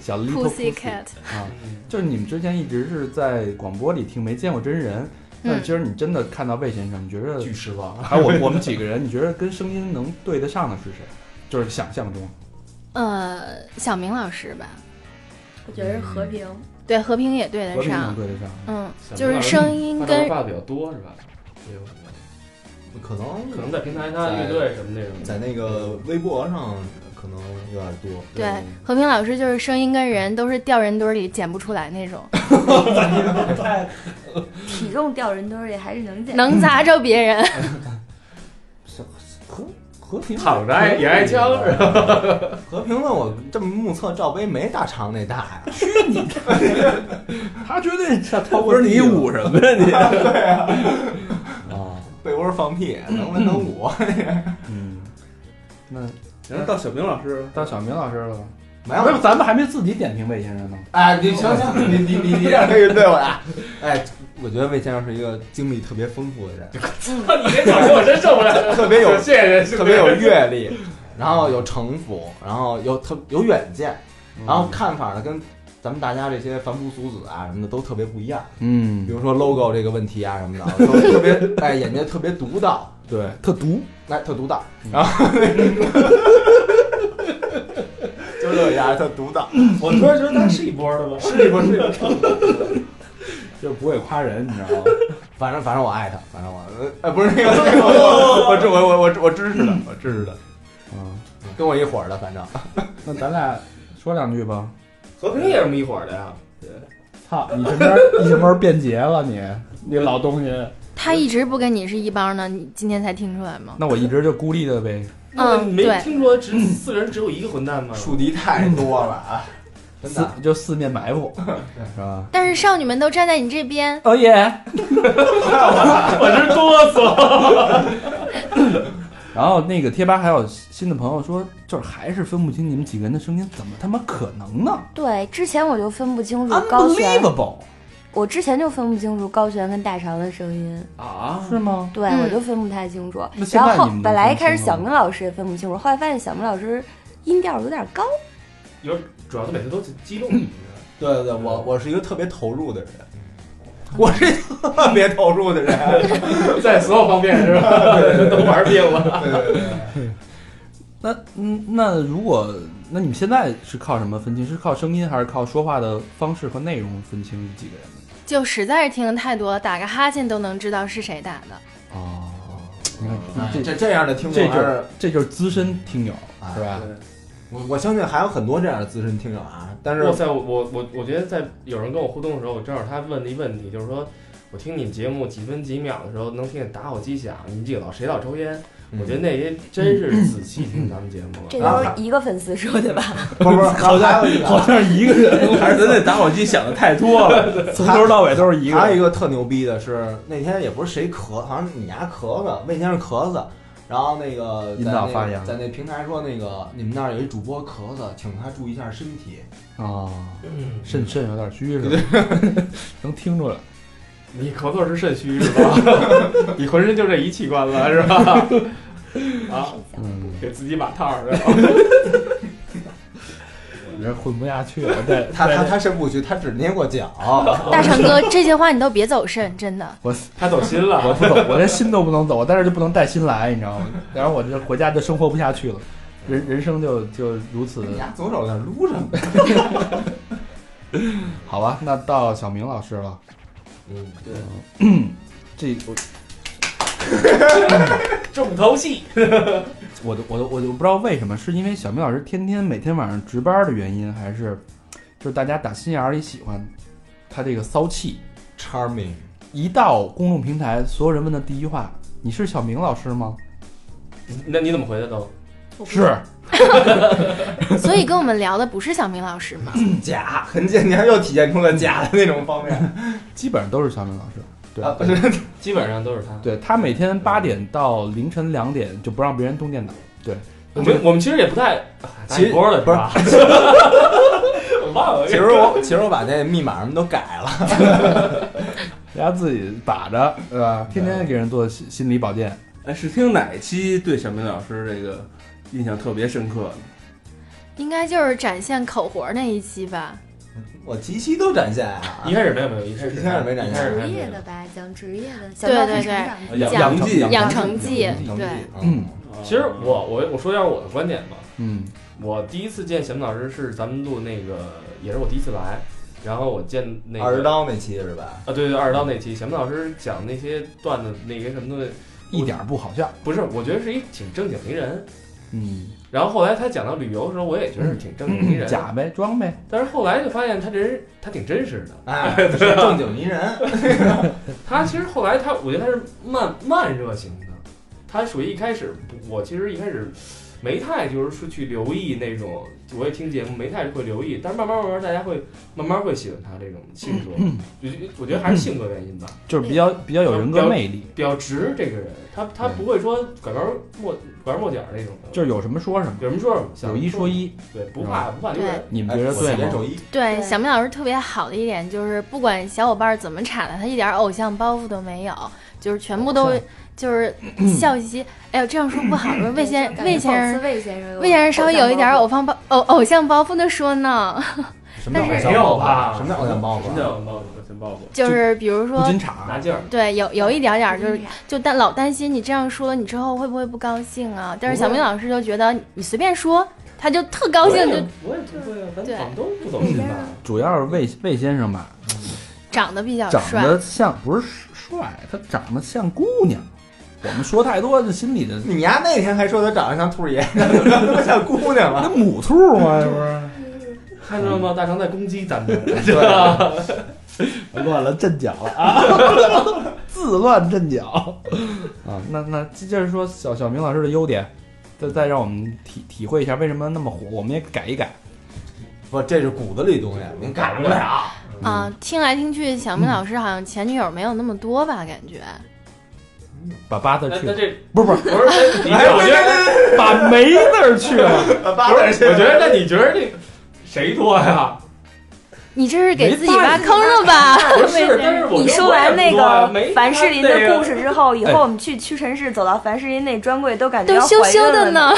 S2: 小 little
S5: Pussy
S2: pussy
S5: Cat，
S2: 啊，
S4: 嗯
S2: 就是你们之前一直是在广播里听，没见过真人。但是
S5: 嗯
S2: 今儿你真的看到魏先生，你觉得
S3: 巨失望，
S2: 哎，我我们几个人，你觉得跟声音能对得上的是谁？就是想象中，
S5: 呃，小明老师吧，
S6: 我觉得是和平，
S5: 对，和平也对
S2: 和
S5: 得
S2: 平能
S5: 上，
S2: 对得上。
S5: 嗯，
S4: 小
S5: 就是
S4: 明
S5: 声音
S4: 发糖
S5: 跟
S4: 发的比较多是吧？没有，
S3: 可能
S4: 可能在平台他乐队什么那种。
S3: 在那个微博上可能有点多。
S5: 对和平老师就是声音跟人都是掉人堆里捡不出来那种，
S6: 体重掉人堆儿里还是能减。
S5: 能砸着别人。
S2: 和和平
S4: 躺着挨也挨枪是吧？
S3: 和平论我这么目测，罩杯没大肠那大呀。
S2: 他绝 对他超
S7: 不是你捂什么 呀你？
S2: 啊，
S3: 被窝放屁，能文能武。
S2: 嗯，那
S7: 然后到小明老师了，
S2: 到小明老师了吧？
S3: 没
S2: 不
S3: 有
S2: 是，，咱们还没自己点评魏先生呢。
S3: 哎，你行行，你你你你点这个对我呀。哎，我觉得魏先生是一个经历特别丰富的人，
S4: 你这表情我真受不了。
S3: 特别有
S4: 谢谢，谢谢
S3: 特别有阅历，然后有城府，然后有特有远见，然后看法呢跟咱们大家这些凡夫俗子啊什么的都特别不一样。比
S2: 嗯，
S3: 如说 logo 这个问题啊什么的，我都特 别哎眼睛特别独到，
S2: 对，特毒。
S3: 哎特独到， 然后就这样特独到，
S4: 我突然觉得他是一波的吗？
S3: 是 不是？
S2: 就是不会夸人，你知道 吗？
S3: 反正反正我爱他，反正我呃哎不是那个，那个 我我支我我我我支持的，我支持的，
S2: 啊，
S3: 跟我一伙儿的，反正
S2: 那咱俩说两句吧。
S4: 和平也是这么一伙儿的呀。
S2: 操，你什么时候 你什么时候变节了你？你老东西。
S5: 他一直不跟你是一帮呢，你今天才听出来吗？
S2: 那我一直就孤立的呗。
S4: 那
S5: 嗯
S4: 你没
S5: 对
S4: 听说只四个人只有一个混蛋吗？
S3: 树敌太多了啊，真
S2: 四
S3: 的。
S2: 就四面埋 伏，是吧？
S5: 但是少女们都站在你这边，
S2: 哦耶！
S4: 我真哆嗦。
S2: 然后那个贴吧还有新的朋友说，就是还是分不清你们几个人的声音，怎么他妈可能呢
S6: 对，之前我就分不清楚高璇，
S2: ？Unbelievable，
S6: 我之前就分不清楚高璇跟大肠的声音，
S4: 啊，
S2: 是吗？
S6: 对、
S5: 嗯
S6: 我就分不太清楚
S2: 那。现
S6: 然
S2: 在
S6: 后
S2: 你们能
S6: 本来一
S2: 分清
S6: 开始
S2: 楚
S6: 小
S2: 吗
S6: 明老师也分不清楚，后来发现小明老师音调有点高，
S4: 主要他每次都激动你。
S3: 对对对，我我是一个特别投入的人，我是一个特别投入的人。
S4: 在所有方面是吧？ 都玩遍了。
S3: 对对对，
S2: 那嗯，那如果那你们现在是靠什么分清？是靠声音还是靠说话的方式和内容分清几个人？
S5: 就实在是听的太多了，打个哈欠都能知道是谁打的。
S2: 哦，你看
S3: 啊这
S2: 这
S3: 这这样的听众
S2: 这
S3: 还是
S2: 就这就是资深听友
S3: 哎
S2: 是吧？
S3: 我我相信还有很多这样的资深听友啊，但是
S7: 哇塞，我我我我觉得在有人跟我互动的时候，我正好他问的一问题，就是说我听你们节目几分几秒的时候，能听见打火机响，你们几个老谁老抽烟？
S3: 嗯
S7: 我觉得那些真是仔细听咱们节目了。
S6: 这都是一个粉丝说的吧？
S3: 不是不是，好像还有一个
S2: 好像是一个人，
S8: 还是咱那打火机想的太多了，
S2: 从头到尾都是一个
S3: 还有
S2: 人
S3: 一。个特牛逼的是，那天也不是谁咳，好像你牙咳嗽，魏先生咳嗽，然后那个
S9: 引
S3: 在
S9: 导
S3: 那
S9: 发言
S3: 在那平台说那个你们那儿有一主播咳嗽，请他注意一下身体。
S2: 啊，
S7: 嗯，
S2: 肾肾有点虚是吧？ 能听出来。
S7: 你咳嗽是肾虚是吧？ 你浑身就这一器官了是吧？啊，
S2: 嗯，
S7: 给自己把套 儿是吧？
S2: 我这混不下去了，这
S3: 他他他肾不虚，他只捏过脚。
S5: 大成哥，这些话你都别走肾，真的。
S7: 他走心了，
S2: 我不走，我连心都不能走，我在这就不能带心来，你知道吗？然后我这回家就生活不下去了，人人生就就如此。
S3: 你牙左手在那撸上，
S2: 好吧，那到小明老师了。
S7: 嗯，
S2: 这我
S7: 重头戏。
S2: 我都我都我都不知道为什么，是因为小明老师天天每天晚上值班的原因，还是就是大家打心眼儿里喜欢他这个骚气？
S3: charming，
S2: 一到公众平台，所有人问的第一话：“你是小明老师吗
S7: 那你怎么回的都？？”
S2: 是，
S5: 所以跟我们聊的不是小明老师吗？
S3: 假很假，你看又体现出了假的那种方面。
S2: 基本上都是小明老师。对、
S3: 啊，不是
S7: 基本上都是他。
S2: 对他每天八点到凌晨两点就不让别人动电脑。对，
S7: 我们我们其实也不太哎
S3: 其实
S7: 打一波了，
S3: 不是
S7: 吧？ 我忘了，
S3: 其实我其实我把那密码什么都改了。
S2: 大家自己把着，对吧？天天给人做心心理保健。
S8: 哎，是听哪一期对小明老师这个印象特别深刻？
S5: 应该就是展现口活那一期吧。
S3: 我七期都展现啊，
S7: 一开始没有没有，一开始
S3: 一开始没展现啊
S7: 一开始
S4: 职
S7: 还没
S4: 业
S7: 有
S4: 的吧，讲职业的，
S5: 对
S4: 小
S5: 对
S4: 成长
S5: 对
S4: 的
S8: 养
S5: 养
S8: 成记
S2: 养
S5: 养成记，
S3: 成绩啊
S5: 对，
S2: 嗯
S7: 其实我我我说点我的观点吧。
S2: 嗯
S7: 我第一次见小明老师是咱们录那个，也是我第一次来，然后我见那个
S3: 二十刀那期是吧？
S7: 啊，对对，二十刀那期，小明老师讲那些段子，那个什么东西，
S2: 一点儿不好笑。
S7: 不是，我觉得是一挺正经的一人。
S2: 嗯，
S7: 然后后来他讲到旅游的时候，我也觉得是挺正经的一人，
S2: 假呗，装呗。
S7: 但是后来就发现他这人他挺真实的。
S3: 哎， 是正经泥人。
S7: 他其实后来哎他，我觉得他是慢慢热型的，他属于一开始不我其实一开始没太就是说去留意那种，我也听节目没太会留意，但是慢慢慢慢大家会慢慢会喜欢他这种性格，
S2: 嗯
S7: 我觉得我觉得还是性格原因吧，
S2: 就是比较比较有人格魅力，
S7: 比较直这个人，他他不会说拐弯抹拐弯抹角那种的，
S2: 就是有什么说什么，
S7: 有什么说什么，想
S2: 有一说，一。
S7: 对，不怕不怕丢人，
S2: 你们觉得
S3: 哎
S2: 对
S3: 我写手
S2: 吗？
S3: 艺
S5: 啊对，
S4: 对
S5: 小明老师特别好的一点就是，不管小伙伴怎么插他，他一点偶像包袱都没有，就是全部都就是笑嘻嘻。哎呦，这样说不 好，说魏先
S4: 感觉
S5: 魏先
S4: 讽刺
S5: 生，
S4: 魏先生，
S5: 魏先生稍微有一点偶像包偶偶像包袱的说呢，
S3: 什么叫
S5: 但是
S3: 偶
S7: 没
S3: 像包袱啊
S7: 有吧
S3: 什么叫偶像包
S8: 什么
S3: 袱啊？
S8: 叫报复？先报复。
S5: 就是比如
S2: 不
S5: 说
S2: 禁
S7: 拿
S2: 场，
S7: 劲儿，
S5: 对，有有一点点儿就是
S4: 嗯
S5: 就担老担心你这样说了，你之后会不会不高兴啊？但是小明老师就觉得你随便说，他就特高兴，就
S7: 我也不会啊，咱
S5: 对
S7: 们都不走心吧，
S2: 主要是魏魏先生吧，
S5: 长得比较
S2: 长
S5: 啊帅。
S2: 得像不是帅，他长得像姑娘。我们说太多，这心里 的
S3: 你丫那天还说他长得像兔儿爷， 不像姑娘
S2: 那
S3: 了。
S2: 母兔嘛，这不是？
S7: 看到
S2: 嗯
S7: 吗？大成在攻击咱们，
S2: 乱了阵脚了啊！ 自乱阵脚啊！ 那那接着说小小明老师的优点，再再让我们体体会一下为什么那么火，我们也改一改。
S3: 不，这是骨子里东西，您改不了。
S5: 啊，听来听去，小明老师好像前女友没有那么多吧？感觉
S2: 把八字
S7: 那
S2: 去
S7: 那
S2: 了，
S7: 这
S2: 不是不
S7: 不是，哎 你这我觉得
S2: 是，把梅字儿去了，
S3: 八
S7: 不是，我觉得那你觉得这谁多呀？
S5: 你这是给
S2: 没
S5: 自己
S2: 办
S5: 挖坑了吧？
S7: 不是，但是我
S6: 你
S7: 觉得
S6: 说
S7: 我也
S6: 完那
S7: 多呀
S6: 个
S7: 没
S6: 凡士林的故
S7: 事，
S6: 事之后，以
S2: 哎
S6: 后我们去屈臣氏走到凡士林那专柜，都感觉
S5: 都
S6: 要
S5: 羞
S6: 怀
S5: 羞
S6: 孕了
S5: 的呢。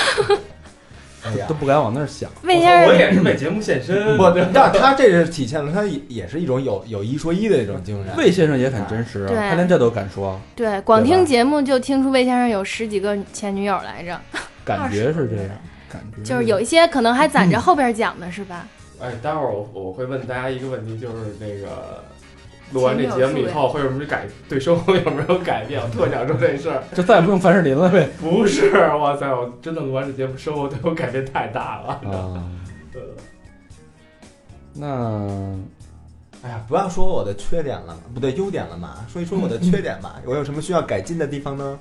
S3: 哎呀
S2: 都，不敢往那儿 想。
S5: 魏
S7: 我
S5: 先
S7: 我
S5: 生，
S7: 也是为节目献身，
S3: 不，但是他这是体现了他也也是一种有有一说一的一种精神。
S2: 魏先生也很真实啊，
S5: 对
S2: 他连这都敢说，
S5: 对，光
S2: 对
S5: 听
S2: 吧
S5: 节目就听出魏先生有十几个前女友来着，
S2: 感觉是这样，感觉
S5: 就是有一些可能还攒着后边讲的是吧？
S7: 哎，待会儿我我会问大家一个问题，就是那个
S4: 录完这节目以后会有什么改对生活 有没有改变？我特想说这事儿，
S2: 就再也不用凡士林了 呗。
S4: 不是，哇塞，我真的录完这节目，生活对我改变太大了。
S2: 啊，
S4: 呃
S2: 那
S3: 哎呀，不要说我的缺点了，不对，优点了嘛，说一说我的缺点吧。我有什么需要改进的地方呢？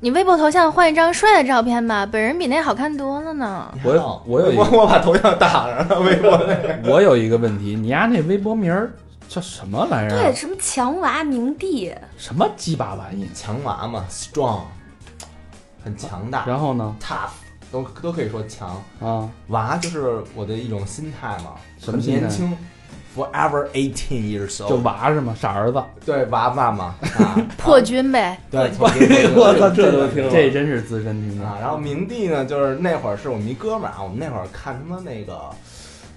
S5: 你微博头像换一张帅的照片吧，本人比那好看多了呢。
S2: 我
S3: 呀
S2: 我有一
S3: 我我把头像打上了，微博那个。
S2: 我有一个问题，你丫那微博名儿叫什么玩意儿
S6: 对，
S2: 啊？
S6: 什么强娃明帝，
S2: 什么鸡巴玩意？
S3: 强娃嘛，strong，很强大
S2: 然后呢？
S3: ，tough，都都可以说强。
S2: 啊，
S3: 娃就是我的一种心态嘛，
S2: 什么
S3: 很
S2: 心态
S3: 年轻，forever eighteen years
S2: 就
S3: old，
S2: 娃是吗？傻儿子。
S3: 对娃娃嘛， 啊，
S5: 破军呗，
S3: 对，
S2: 我操，
S7: 这都听了
S2: 这真是资深听众
S3: 啊，然后明帝呢，就是那会儿是我们一哥们儿啊，我们那会儿看他妈那个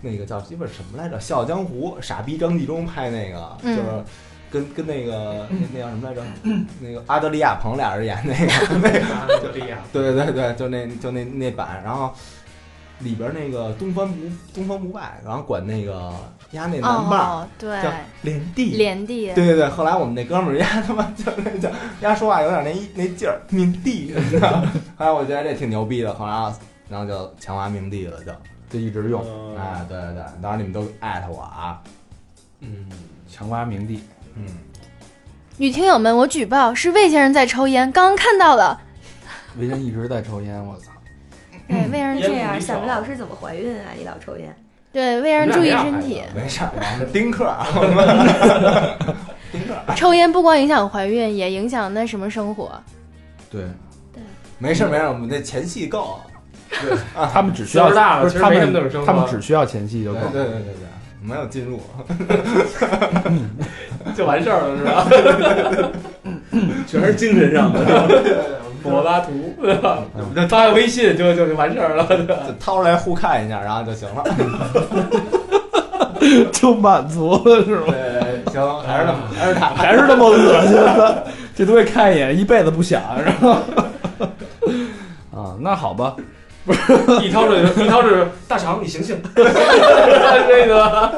S3: 那个叫鸡巴什么来着，《笑傲江湖》，傻逼张纪中拍那个，
S5: 嗯
S3: 就是跟跟那个
S2: 嗯
S3: 那那叫什么来着，那个阿德里亚鹏俩人演那 个那个，
S4: 就这样，
S3: 对对对，就那就那那版，然后里边那个东方不东方不败，然后管那个压那男伴儿
S5: 哦，对，
S3: 叫连帝，
S5: 连地，
S3: 对对对，后来我们那哥们儿丫他妈就那叫丫说话有点那一那劲儿，明帝，你知道吗？后来我觉得这挺牛逼的，后来啊然后就强挖明帝了，就
S2: 就一直用
S3: 哎，对对对，当然你们都艾特我啊，
S4: 嗯，
S2: 强挖名帝。
S3: 嗯，
S5: 女听友们，我举报是魏先生在抽烟，刚刚看到了。
S2: 为人一直在抽烟，我操！嗯
S6: 哎，为什么这
S4: 烟
S6: 样？
S4: 雾弥
S6: 小
S4: 漫
S6: 明老师怎么怀孕啊？你老抽烟，
S5: 对，魏先生注意身体，
S3: 没事儿，我们丁克啊，丁克，
S5: 抽烟不光影响怀孕，也影响那什么生活。
S3: 对对，没事儿没事儿，我们这前戏够，
S2: 他们只需要
S4: 岁数大了
S2: 不是
S4: 其实
S2: 他
S4: 没什么
S2: 们
S4: 能生
S2: 他们
S4: 活
S2: 只需要前戏就
S3: 对
S2: 够
S3: 对
S2: 了。
S3: 对对对，没有进入，
S4: 啊就完事儿了是吧？
S7: 全是精神 上的。
S4: 柏拉图，对吧？
S3: 嗯
S4: 发个微信就就就完事儿了，对吧
S3: 就掏出来互看一下，然后就行了，
S2: 就满足了是吗？
S3: 对，行，还是那么还是他，
S2: 还是那么恶心的， 这东西看一眼一辈子不想，是吧？ 啊，那好吧，
S4: 一掏水一掏水，大肠你醒 醒，是这意思吗？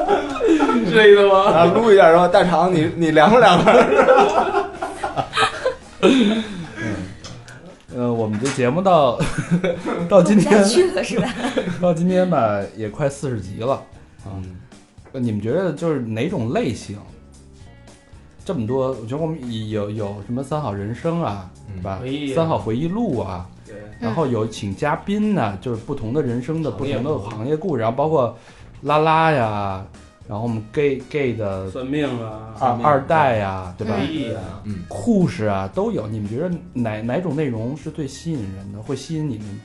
S4: 是这意思吗？
S3: 然后撸一下说大肠你你凉不凉快？
S2: 呃，我们这节目到 到 今
S6: 不 下
S2: 天
S6: 去了是吧？
S2: 到今天吧，也快四十集了啊。
S4: 嗯
S2: 你们觉得就是哪种类型？这么多，我觉得我们以有有什么三好人生啊，是吧
S4: 回忆？啊
S2: 三好回忆录啊，
S4: 对，
S2: 然后有请嘉宾呐、就是不同的人生的不
S4: 行业
S2: 同
S4: 故
S2: 的
S4: 事
S2: 行业故事，然后包括拉拉呀，然后我们 gay gay 的
S7: 算命啊，
S2: 二二代呀，对吧？
S7: 嗯
S4: 回忆啊，
S2: 故事啊都有，你们觉得哪哪种内容是最吸引人的，会吸引你们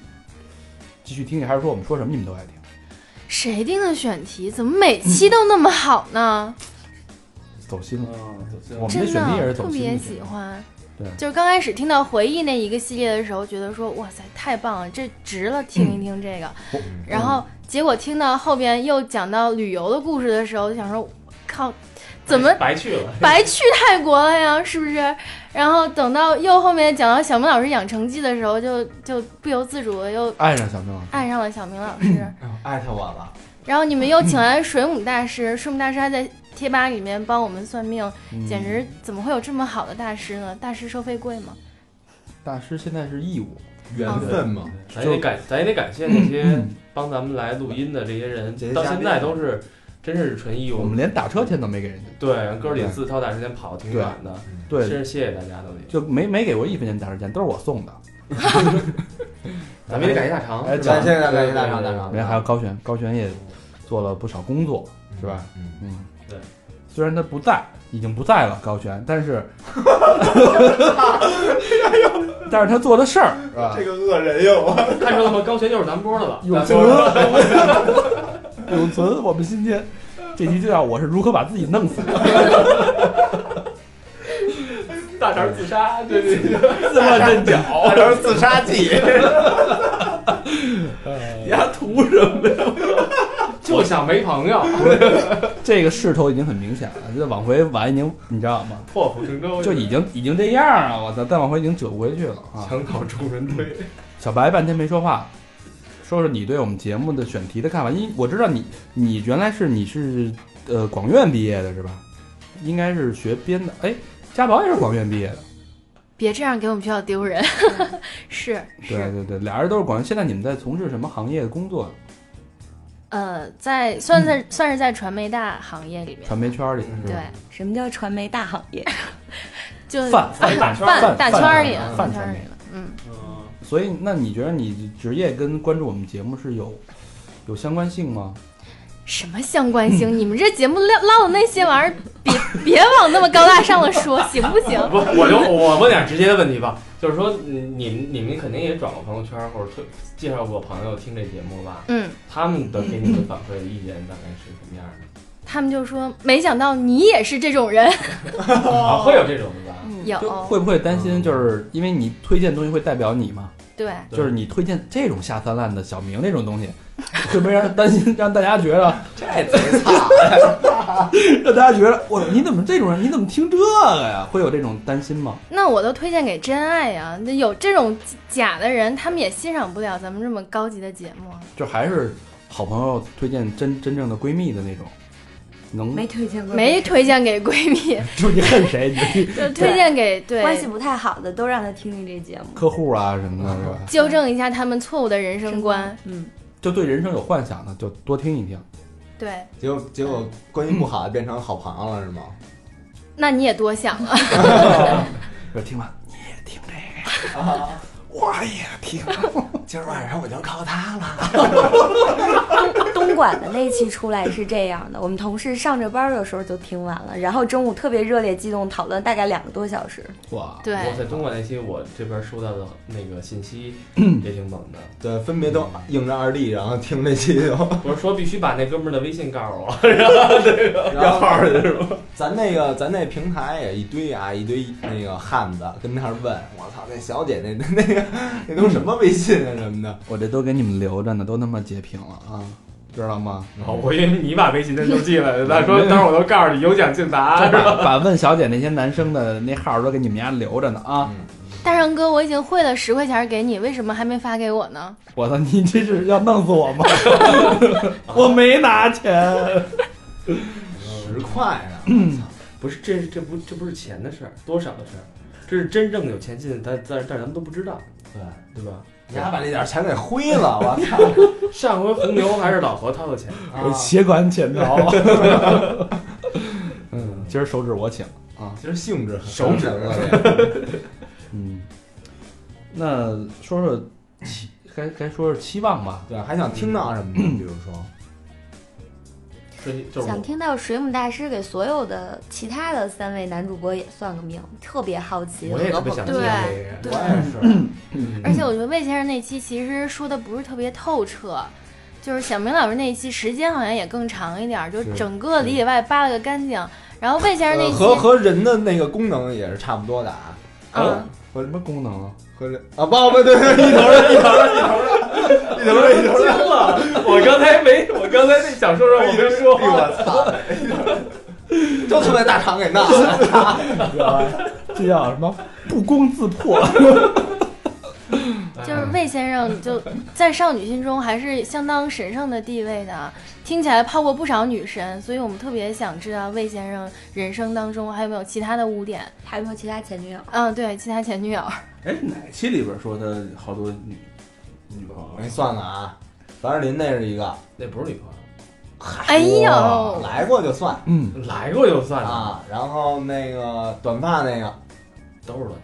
S2: 继续听，还是说我们说什么你们都爱听？
S5: 谁定的选题？怎么每期都那么好呢？
S2: 走心了，
S7: 嗯，走心
S2: 嗯我们这
S5: 真
S2: 选题也是
S5: 的
S2: 走
S5: 特
S2: 心的
S5: 别
S2: 选
S5: 喜
S2: 题
S5: 欢
S2: 对。
S5: 就是刚开始听到回忆那一个系列的时候，觉得说哇塞太棒了，这值了听一听这个。
S2: 我
S3: 嗯
S5: 然后结果听到后边又讲到旅游的故事的时候，就想说靠，怎么
S4: 白去了？
S5: 白去泰国了呀？是不是？然后等到又后面讲到小明老师养成记的时候，就就不由自主的又
S2: 爱上小明了。
S5: 爱上了小明老 师。
S3: 艾特我了。
S5: 然后你们又请来水母大师，水母大师还在贴吧里面帮我们算命，
S2: 嗯
S5: 简直怎么会有这么好的大师呢？大师收费贵吗？
S2: 大师现在是义务，
S3: 缘分嘛，
S4: 咱也得感，咱也得感谢那些帮咱们来录音的这些人
S3: 嗯这些，
S4: 到
S3: 嘉宾
S4: 嗯现在都是真是纯义
S2: 我
S4: 务
S2: 们。连打车钱都没给人家，
S4: 对，哥儿几次掏大时间跑挺远的，真
S2: 对，
S4: 是谢谢大家都得。
S2: 就没没给过一分钱打车钱，都是我送的。
S4: 咱们也得感谢大肠，
S2: 哎
S4: 是吧
S3: 感谢大家，感谢大肠，大肠。
S2: 没还有高璇，高璇也做了不少工作，是吧？？
S3: 嗯，
S2: 嗯，
S4: 对。
S2: 虽然他不在，已经不在了，高璇，但 是，但是他做的事儿是吧？
S3: 个恶人哟，
S4: 看出来吗？高璇又是咱波的了，
S2: 永
S4: 咱
S2: 存
S4: 波的了，
S2: 永存，我们今天这集就叫我是如何把自己弄死的，
S4: 大肠自杀，对对对。
S2: 自乱阵脚。
S3: 我都是自杀记。
S7: 丫图什么？
S4: 就想没朋友，
S2: 这个势头已经很明显了，这往回挽已经你知道吗？
S4: 破釜沉舟
S2: 就已经已经这样啊！我操，再往回已经折不回去了啊！
S4: 墙倒众人推。
S2: 小白半天没说话，说说你对我们节目的选题的看法，因为我知道你你原来是你是呃广院毕业的是吧？应该是学编的。哎，家宝也是广院毕业的，
S5: 别这样给我们学校丢人。 是
S2: 对
S5: 是，
S2: 对对，俩人都是广院。现在你们在从事什么行业的工作？
S5: 呃，在算在、算是在传媒大行业里面，
S2: 传媒圈里是吧？
S5: 对，
S6: 什么叫传媒大行业？
S5: 就
S2: 泛
S4: 反打圈儿
S5: 饭
S2: 泛
S5: 大圈儿里
S2: 泛
S5: 了，
S2: 泛
S5: 圈
S2: 传
S5: 儿
S2: 媒
S5: 里了，嗯。
S4: 嗯，
S2: 所以，那你觉得你职业跟关注我们节目是有有相关性吗？
S5: 什么相关性？你们这节目唠唠那些玩意儿， 别别往那么高大上了说，行不行？
S4: 不，我就我问点直接的问题吧，就是说嗯你们你们肯定也转过朋友圈或者推介绍过朋友听这节目吧？
S5: 嗯，
S4: 他们的给你们反馈的意见大概是什么样的？
S5: 他们就说没想到你也是这种人，
S4: 啊，会有这种的吧？
S5: 有
S2: 就会不会担心，就是因为你推荐东西会代表你嘛？
S5: 对，
S4: 对
S2: 就是你推荐这种下三滥的小明那种东西，会不会让人担心，让大家觉得，
S3: 这贼惨，
S2: 让大家觉得，我你怎么这种人，你怎么听这个呀？会有这种担心吗？
S5: 那我都推荐给真爱呀、那有这种假的人，他们也欣赏不了咱们这么高级的节目啊。
S2: 就还是好朋友推荐真真正的闺蜜的那种，能
S6: 没推荐过，
S5: 没推荐给闺蜜，
S2: 就是你恨谁，你
S5: 就推荐给对
S6: 关系不太好的都让他听听这节目。
S2: 客户啊什么的，是吧？
S5: 纠正一下他们错误的人生观。，
S6: 嗯，
S2: 就对人生有幻想的，就多听一听。
S5: 对，
S3: 结果结果关系不好变成好朋友了是吗？
S5: 那你也多想啊了。
S2: 就听完你也听这个，
S3: 我也听，今儿晚上我就靠他了。
S6: 东莞的那期出来是这样的，我们同事上着班的时候就听完了，然后中午特别热烈激动讨论，大概两个多小时。
S2: 哇，
S5: 对，
S4: 我在东莞那期我这边收到的那个信息也挺猛的，
S3: 对，分别都应着二弟，然后听这期就，
S4: 我是说必须把那哥们儿的微信告诉我，然后这个
S3: 然后
S4: 要去是吧？
S3: 咱那个咱那平台也一堆啊，一堆那个汉子跟那儿问，我操，那小姐那那那个那都什么微信啊什么的，
S2: 我这都给你们留着呢，都他妈截屏了啊，知道吗？
S4: 哦，我以为你把微信单都记来了， 他 说待会儿我都告诉你有奖竞
S2: 把
S4: 答。
S2: 把问小姐那些男生的那号都给你们家留着呢啊！
S3: 嗯
S5: 大成哥，我已经汇了十块钱给你，为什么还没发给我呢？
S2: 我操，你这是要弄死我吗？ 我没拿钱。
S3: 十块啊呢，我操
S4: 不是，这这不这不是钱的事儿，多少的事儿，这是真正有钱进，但但但是咱们都不知道，
S3: 对，
S4: 对吧？
S3: 你还把那点钱给挥了，我
S4: 上回红牛还是老何掏的 钱，
S2: 我
S3: 操！
S2: 携款潜 逃。嗯，今儿手指我请。
S3: 其实性质很
S4: 手指
S3: 了，
S2: 嗯，那说说期，该该说说期望吧。
S3: 对，还想听到什么的，比如说，
S4: 所以就是
S6: 想听到水母大师给所有的其他的三位男主播也算个命，特别好奇
S4: 我也特
S6: 何
S4: 别想
S6: 鹏
S4: 听
S5: 对
S4: 这个。
S3: 我也是，
S5: 而且我觉得魏先生那期其实说的不是特别透彻，就是小明老师那一期时间好像也更长一点儿，就是整个里里外扒了个干净。然后魏先生那
S3: 呃
S5: 期，
S3: 和和人的那个功能也是差不多的啊，
S5: 嗯，
S2: 有什么功能 啊？
S3: 和人啊，不不对，对一头儿一头儿一头儿一头儿一头儿
S4: 惊了！我刚才没，我刚才那想说说我没说
S3: 哎呦
S4: 话。
S3: 我操！ 就他妈大肠给闹了，
S2: 哎这叫什么？不攻自破。
S5: 就是魏先生就在少女心中还是相当神圣的地位的，听起来泡过不少女神，所以我们特别想知道魏先生人生当中还有没有其他的污点？
S6: 还有没有其他前女友？
S5: 嗯，对，其他前女友，
S7: 哎，哪期里边说他好多女女朋友
S3: 没？算了啊，樊志林那是一个，
S4: 那不是女朋友，
S5: 哎
S3: 哇
S5: 呦，
S3: 来过就算
S2: 嗯，
S4: 来过就算了，
S3: 啊。然后那个短发那个，
S4: 都是乱套。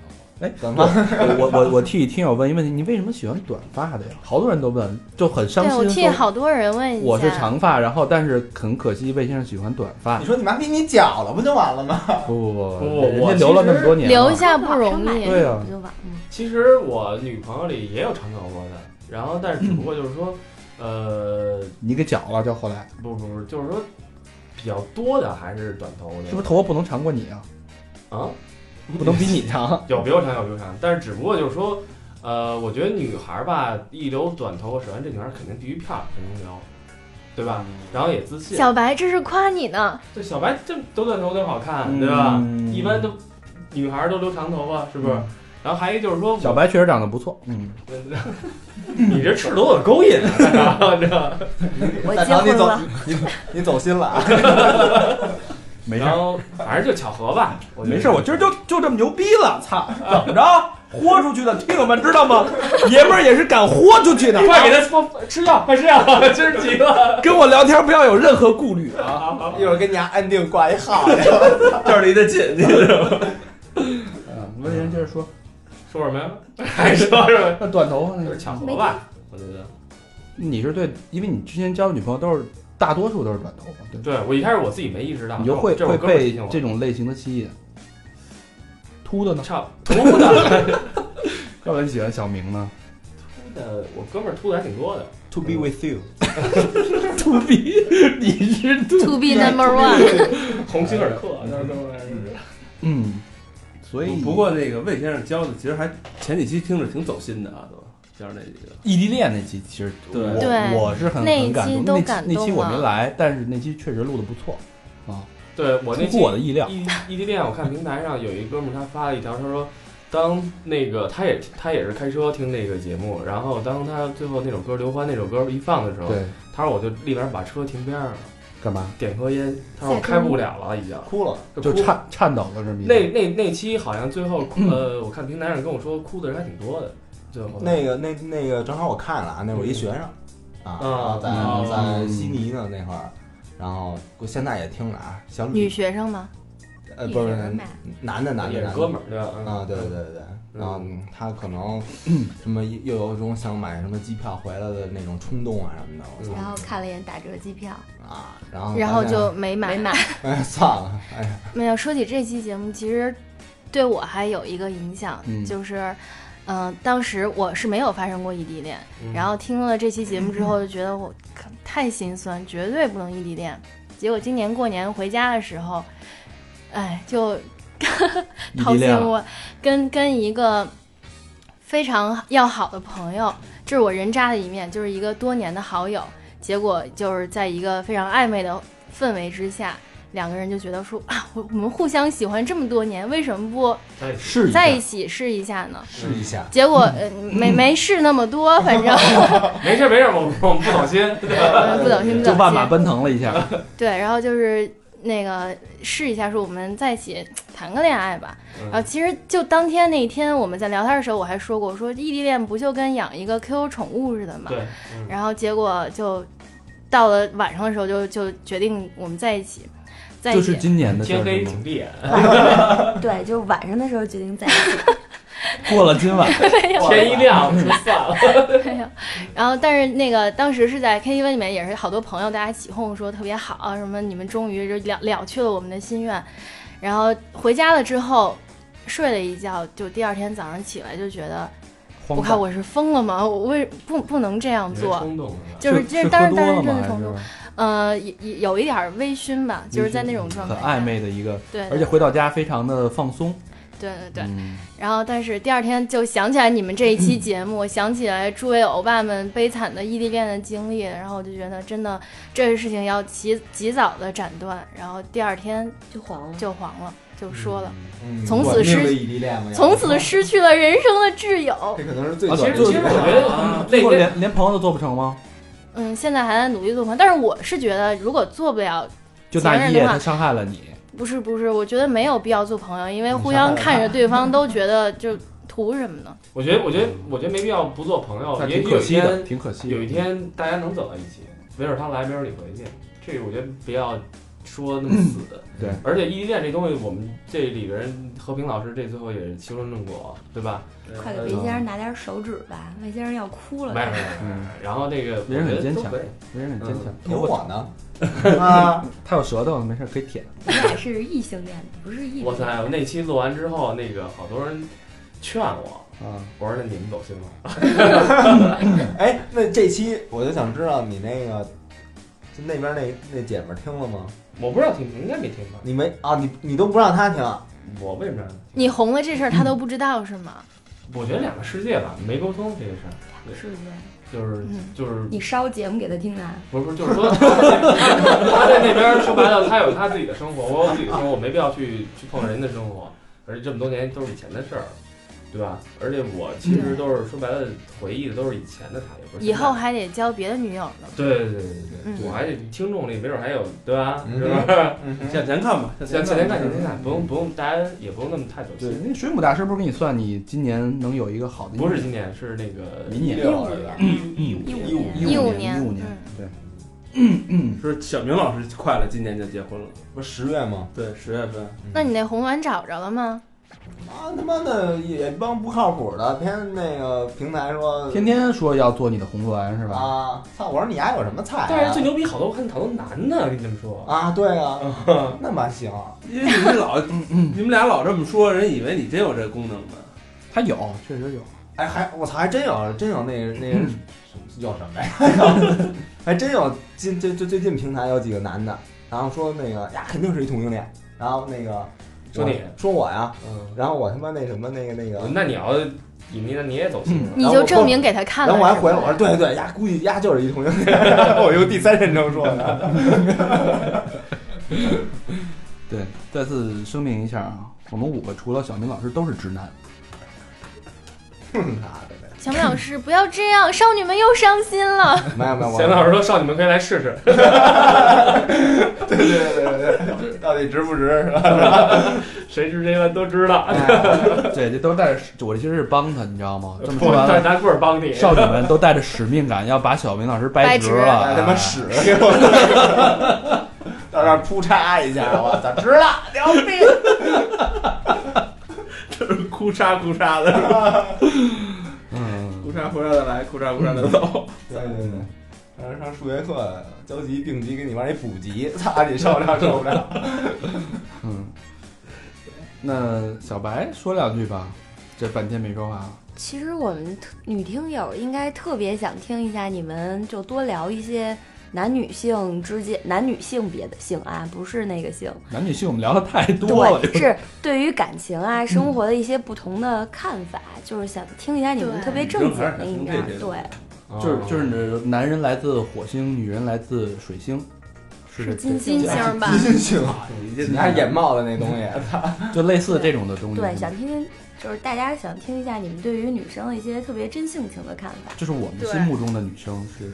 S3: 短发
S2: 哎我我我替听友问一问题，你为什么喜欢短发的呀？好多人都问，就很伤
S5: 对
S2: 心。
S5: 我替
S2: 说
S5: 好多人问一下，
S2: 我是长发，然后但是很可惜，魏先生喜欢短发
S3: 你。说你妈逼你绞了不就完了吗？
S2: 不不不
S4: 不
S2: 人
S4: 我
S2: 家
S4: 其
S2: 留了那么
S4: 实
S3: 啊
S2: 多年了，
S5: 留下不容易。
S2: 对啊
S6: 不就完了吗？
S4: 其实我女朋友里也有长头发的，然后但是只不过就是说，呃，
S2: 你给绞了，就后来
S4: 不不不，就是说比较多的还是短头的。
S2: 是不是头发不能长过你啊？
S4: 啊？
S2: 不能比你长。
S4: 有比我长，有比我长，但是只不过就是说，呃，我觉得女孩儿吧，一留短头发，首先这女孩儿肯定第一漂亮，肯定聊，
S2: 嗯
S4: 对吧？然后也自信。
S5: 小白这是夸你呢，
S4: 这小白这都短头都好看， 对吧？
S2: 嗯
S4: 一般都女孩儿都留长头发，是不是？
S2: 嗯
S4: 然后还有一就是说，
S2: 小白确实长得不错，嗯，
S4: 你这赤裸裸勾引啊！这
S6: 我
S3: 大
S6: 结
S3: 肠你
S6: 婚
S3: 走
S6: 了，
S3: 你你走心了啊！
S1: 没事
S4: 然
S1: 儿，
S4: 后反正就巧合吧，我觉得
S2: 没事，我今儿就就这么牛逼了，操，怎么着？豁出去的，听友们知道 吗？爷们儿也是敢豁出去的，
S4: 快给他说吃药，快吃药，今儿急了。
S2: 跟我聊天不要有任何顾虑啊！
S3: 一会儿给你家安定挂一号。
S7: 这儿离得近，你 知道吗？
S2: 我这人嗯接着说，
S4: 说什么呀？ 还说什么？
S2: 那短头发那
S4: 就是
S2: 个，
S4: 巧合吧，我觉得。
S2: 你是对，因为你之前交的女朋友都是大多数都是短头发，对吧？
S4: 对我一开始我自己没意识到，
S2: 你就会
S4: 这是我
S2: 会
S4: 哥们儿
S2: 被
S4: 提醒我
S2: 这种类型的吸引。秃的呢？
S4: 差秃的，
S2: 要不然你喜欢小明呢
S4: 秃的，我哥们儿秃的还挺多的。
S3: To be with you，
S2: 秃逼， 你是秃。
S5: To be number one，
S4: 鸿星尔克，那时候是
S2: 嗯，所以
S7: 不过那个魏先生教的，其实还前几期听着挺走心的啊，都教那几个。
S2: 异地恋那期，其实
S7: 对
S2: 我
S5: 对
S2: 我是很
S5: 那一
S2: 很感
S5: 期
S2: 动，
S5: 都
S2: 那
S5: 感
S2: 期那期
S5: 动
S2: 我
S5: 了
S2: 没来，但是那期确实录的不错啊，
S4: 对我
S2: 出
S4: 那
S2: 乎
S4: 期
S2: 我的意料。
S4: 异异地恋，我看平台上有一哥们儿他发了一条，他说当那个他也他也是开车听那个节目，然后当他最后那首歌刘欢那首歌一放的时候，
S2: 对，
S4: 他说我就立马把车停边上了，
S2: 干嘛？
S4: 点颗烟，他说我开不了了已经，
S3: 哭了。
S2: 就
S4: 哭
S2: 颤颤抖了这么一
S4: 那那那期好像最后哭呃，我看平台上跟我说哭的人还挺多的，最后
S3: 那个那那个正好我看了啊，那我一学生啊，然后在
S4: 嗯
S3: 在悉尼呢那会儿，然后我现在也听着啊，小
S5: 女
S3: 李
S5: 学生吗？
S3: 呃不是
S6: 女人吧
S3: 男的男的
S4: 也
S3: 男
S4: 是
S3: 的
S4: 哥们儿对吧？
S3: 啊，对对对对，然后他可能什么又有一种想买什么机票回来的那种冲动啊什么的，我操
S6: 然后看了一眼打折机票，
S3: 啊，然后
S5: 然后
S3: 发现
S5: 就没买
S6: 没。买。
S3: 哎算了，哎呀，
S5: 没有说起这期节目，其实对我还有一个影响，
S2: 嗯
S5: 就是，嗯、当时我是没有发生过异地恋，
S4: 嗯
S5: 然后听了这期节目之后，就觉得我可太心酸，绝对不能异地恋。结果今年过年回家的时候，哎，就
S2: 异
S5: 掏
S2: 地
S5: 心
S2: 恋啊了，
S5: 窝，跟跟一个非常要好的朋友，这是我人渣的一面，就是一个多年的好友，结果就是在一个非常暧昧的氛围之下，两个人就觉得说啊，我我们互相喜欢这么多年，为什么不
S4: 哎
S2: 试一下
S5: 在，一起试一下呢？
S3: 试一下，
S5: 结果呃没没试那么多，反正 呃
S4: 没事没事，我我们不走心，
S5: 不小心不
S2: 就
S5: 小
S2: 万马
S5: 心。
S2: 奔腾了一下。
S5: 对，然后就是那个试一下，说我们在一起谈个恋爱吧。
S2: 嗯
S5: 然后其实就当天那一天我们在聊天的时候，我还说过，说异地恋不就跟养一个 QQ 宠物似的嘛。
S4: 对，
S2: 嗯
S5: 然后结果就到了晚上的时候就，就决定我们在一起，在
S2: 就
S5: 一起。
S2: 是今年的事
S4: 天
S2: 儿
S4: 黑
S2: 是
S4: 请
S2: 吗，
S4: 闭眼，
S6: 对，就是晚上的时候决定在一起。
S2: 过了今晚，
S4: 天一亮就散了。
S5: 没 有，然后但是那个当时是在 KTV 里面，也是好多朋友大家起哄说特别好，什么你们终于就了了却了我们的心愿。然后回家了之后，睡了一觉，就第二天早上起来就觉得，
S2: 荒
S5: 我靠，
S2: 诞
S5: 我是疯了吗？我为不不能这样做，
S4: 冲动了吧，
S5: 就是
S2: 是
S5: 这当时
S2: 喝
S5: 当
S2: 多了
S5: 时真
S2: 吗
S5: 的冲动，
S2: 还是
S5: 呃，也也有一点儿微醺吧，就是在那种状态
S2: 很
S5: 下，
S2: 暧昧的一个，
S5: 对，
S2: 而且回到家非常的放松。
S5: 对对对。
S2: 嗯
S5: 然后，但是第二天就想起来你们这一期节目，想起来诸位欧巴们悲惨的异地恋的经历，然后我就觉得真的这个事情要及及早的斩断，然后第二天
S6: 就黄了，
S5: 就黄了，就说了，
S3: 嗯
S5: 从此
S3: 我
S5: 失
S3: 那个异地恋嘛，
S5: 从此失去了人生的挚友。
S3: 这可能是最
S2: 啊
S4: 其
S3: 短
S4: 实
S3: 的
S4: 其实我觉得嗯
S2: 最
S4: 那
S2: 后
S4: 那
S2: 连连朋友都做不成吗？
S5: 嗯，现在还在努力做朋友，但是我是觉得如果做不了，
S2: 就那一
S5: 前任
S2: 夜
S5: 的话
S2: 他伤害了你，
S5: 不是不是，我觉得没有必要做朋友，因为
S2: 你
S5: 互
S2: 伤害
S5: 相
S2: 了
S5: 看着对方都觉得就图什么呢？
S4: 我觉得我觉得我觉得没必要不做朋友
S2: 那，
S4: 也
S2: 挺
S4: 许有
S2: 可
S4: 一
S2: 惜的，
S4: 天
S2: 挺可惜的。
S4: 有一天大家能走到一起，没准他来，没准你回去，这个我觉得不要说那么死的。
S2: 对，
S4: 而且异地恋这东西，我们这里个人和平老师这最后也修成正果，对吧？呃
S6: 快给魏先生拿点手指吧，魏先生要哭了
S4: 哎没有没
S6: 快。
S4: 有没有没有，然后那个
S2: 嗯人很坚强
S4: 我觉得都可以
S2: 嗯人很坚强，
S3: 有嗯我呢，
S2: 啊，他有舌头，没事可以舔。
S6: 你俩是异性恋，不是异地
S4: 哇
S6: 恋。
S4: 塞！我那期录完之后，那个好多人劝我，
S2: 啊，
S4: 我说那你们走心吗？
S3: 哎，那这期我就想知道你那个，就那边那那姐们儿听了吗？
S4: 我不知道听，应该没听吧？
S3: 你没啊？你你都不让她听啊？
S4: 我为什么要？
S5: 你红了这事儿他都不知道是吗？
S4: 我觉得两个世界吧，没沟通这个事儿，
S6: 是不是？
S4: 就是
S5: 嗯
S4: 就是
S6: 你烧节目给他听啊？
S4: 不是不是，就是说他在那边说白了，他有他自己的生活，我有自己的生活，我没必要去去碰人的生活，而且这么多年都是以前的事儿了。对吧？而且我其实都是说白了，回忆的都是以前的他，也不
S5: 嗯
S4: 是
S5: 以后
S4: 现在的
S5: 还得交别的女友呢。
S4: 对对对对对，
S5: 嗯
S4: 我还得听众里没准还有对吧？
S3: 嗯
S4: 是吧？
S3: 嗯哼
S7: 向前看吧，
S4: 像
S7: 向
S4: 前天看，
S7: 看
S4: 前天看，不用不用，大家也不用那么太走
S2: 对，
S4: 心。
S2: 那水母大师不是给你算你今年能有一个好的？
S4: 不是今年，是那个
S2: 明年
S3: 一六而已啊
S4: 一五
S6: 一
S4: 年。
S6: 五
S5: 一五
S2: 年，一
S5: 年
S2: 五年
S5: 嗯，
S2: 对，
S7: 说小明老师快了，今年就结婚了。
S3: 不是十月吗？
S7: 对，十月份
S5: 那你那红鸾找着了吗？
S3: 啊他妈的也一帮不靠谱的，天天那个平台说
S2: 天天说要做你的红鸾是吧？
S3: 啊，操！我说你还有什么菜啊？
S4: 但是最牛逼好多，我看好多男的，跟你们说，
S3: 啊，对啊，那蛮行。
S7: 因为你们老你们俩老这么说，人以为你真有这功能呢。
S2: 他有，确实有。
S3: 哎，还我操，还真有，真有那那人 有什么呀？ 还真有近最最最近平台有几个男的，然后说那个呀，肯定是一同性恋，然后那个
S4: 说你
S3: 我说我呀，
S4: 嗯，
S3: 然后我他妈那什么那个那个，
S4: 那你要你那你也走心了。
S5: 你就证明给他看
S3: 然
S5: 了。
S3: 后我还
S5: 是吧
S3: 回了，我说对对，呀，估计呀就是一同性恋，然后我用第三人称说 的，
S2: 对，再次声明一下啊，我们五个除了小明老师都是直男。
S3: 哼他的呗。
S5: 小明老师不要这样，少女们又伤心了。
S3: 没有没有，我
S4: 贤老师说：“少女们可以来试试。
S3: 对对对对对，到底值不值是吧？”
S4: 谁知这个都知道。
S2: 对，这都带着，我这其实是帮他，你知道吗？这么说
S4: 我
S2: 完
S4: 带
S2: 了，
S4: 拿棍儿帮你。
S2: 少女们都带着使命感，要把小明老师
S5: 掰
S2: 直
S5: 直
S2: 了。
S3: 哎他妈
S2: 哎
S3: 屎给我， 到这儿扑嚓一下，我操，值了，牛逼！
S7: 哭嚓哭嚓的，
S2: 嗯，
S7: 哭嚓哭嚓的来，哭嚓哭嚓的走。
S3: 对对对，当时上数学课，交集并集给你往里补 集，操你受不了受不 了。
S2: 嗯，那小白说两句吧，这半天没说话了。
S6: 其实我们特女听友应该特别想听一下你们就多聊一些男女性之间、男女性别的性啊，不是那个性。
S2: 男女性我们聊的太多了，
S6: 对，是对于感情啊、生活的一些不同的看法，就是想听一下你们
S5: 对
S6: 特别正经的一
S7: 女
S6: 面
S7: 生还是。想听这些
S6: 对，
S2: 就是就是你男人来自火星，女人来自水星，是这
S6: 是金
S5: 金
S6: 星
S5: 星
S6: 吧。
S5: 儿吧，
S3: 金星， 你
S7: 你
S3: 还眼冒的那东西，
S2: 就类似这种的东西。
S6: 对，想听听，就是大家想听一下你们对于女生的一些特别真性情的看法。
S2: 就是我们
S5: 对
S2: 心目中的女生是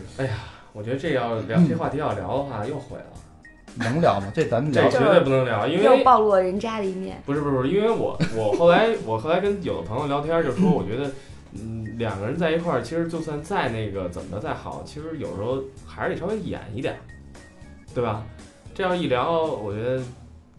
S4: 我觉得这要聊这话题要聊的话
S2: 嗯
S4: 又毁了，
S2: 能聊吗？这咱们
S4: 这
S2: 聊
S4: 绝对不能聊，因为
S6: 又暴露了人渣的一面，
S4: 不是不是不是，因为我我后来我后来跟有的朋友聊天就说，我觉得嗯两个人在一块儿，其实就算再那个怎么着再好，其实有时候还是得稍微演一点儿，对吧？这要一聊，我觉得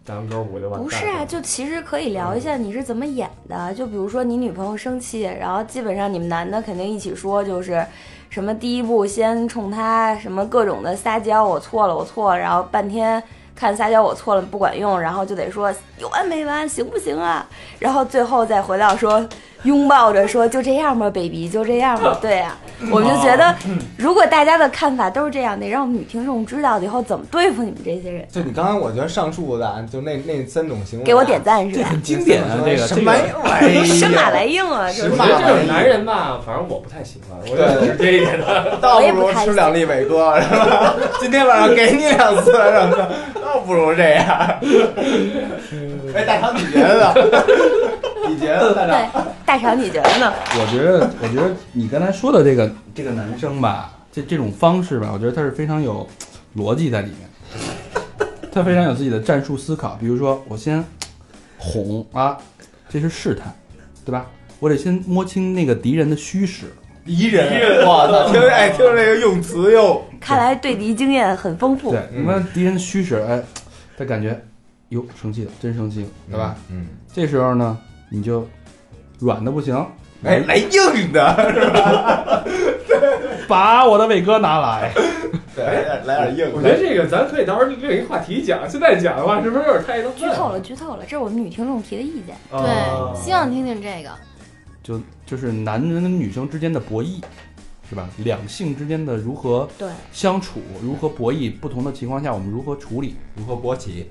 S4: 咱们哥五就完蛋了。
S6: 不是啊，就其实可以聊一下你是怎么演的。就比如说你女朋友生气，然后基本上你们男的肯定一起说，就是什么第一步先冲她，什么各种的撒娇，我错了，我错了，然后半天看撒娇我错了不管用，然后就得说有完没完，行不行啊？ 然后最后再回到说拥抱着说就这样吧，baby，就这样吧。对啊，我们就觉得如果大家的看法都是这样，得让我们女听众知道以后怎么对付你们这些人。
S3: 就你刚才我觉得上述的，就那那三种行为，啊
S6: 给我点赞是
S2: 这
S6: 吧？
S2: 很经典啊，这个
S3: 什
S2: 这
S3: 么玩意
S2: 个
S3: 儿？哎呀
S6: 生马来硬啊，
S4: 我
S6: 这
S3: 是
S6: 是
S4: 觉得这种男人吧，反正我不太喜欢，我就直接一点的。
S3: 倒不如吃两粒伟哥，是吧？ 今天晚上给你两次，什么的， 倒不如 这样。哎，大长，你觉 得呢？你觉得 大长？
S6: 对，大肠你觉得呢？
S2: 我觉得，我觉得你刚才说的这个这个男生吧，这这种方式吧，我觉得他是非常有逻辑在里 面，他非常有自己的战术思考。比如说，我先哄啊，这是试探，对吧？我得先摸清那个敌人的虚实，
S3: 宜人，我操！听着哎，听着这个用词又
S6: 看来对敌经验很丰富
S2: 对，，你看敌人的虚实，哎，他感觉哟生气了，真生气了，对吧？？
S3: 嗯，
S2: 这时候呢，你就软的不行，
S3: 哎，来硬的，
S2: 把我的伟哥拿来，
S3: 对，来点来点
S4: 我
S3: 硬
S4: 觉得
S3: 的。
S4: 这个咱可以到时候另一个话题讲，现在讲的话是不是有点太过
S6: 剧透了，剧透了，这是我们女听众提的意见。
S4: 啊
S5: 对，希望听听这个。
S2: 就就是男人跟女生之间的博弈，是吧？两性之间的如何
S6: 对，
S2: 相处，如何博弈，不同的情况下我们如何处理？
S3: 如何勃起？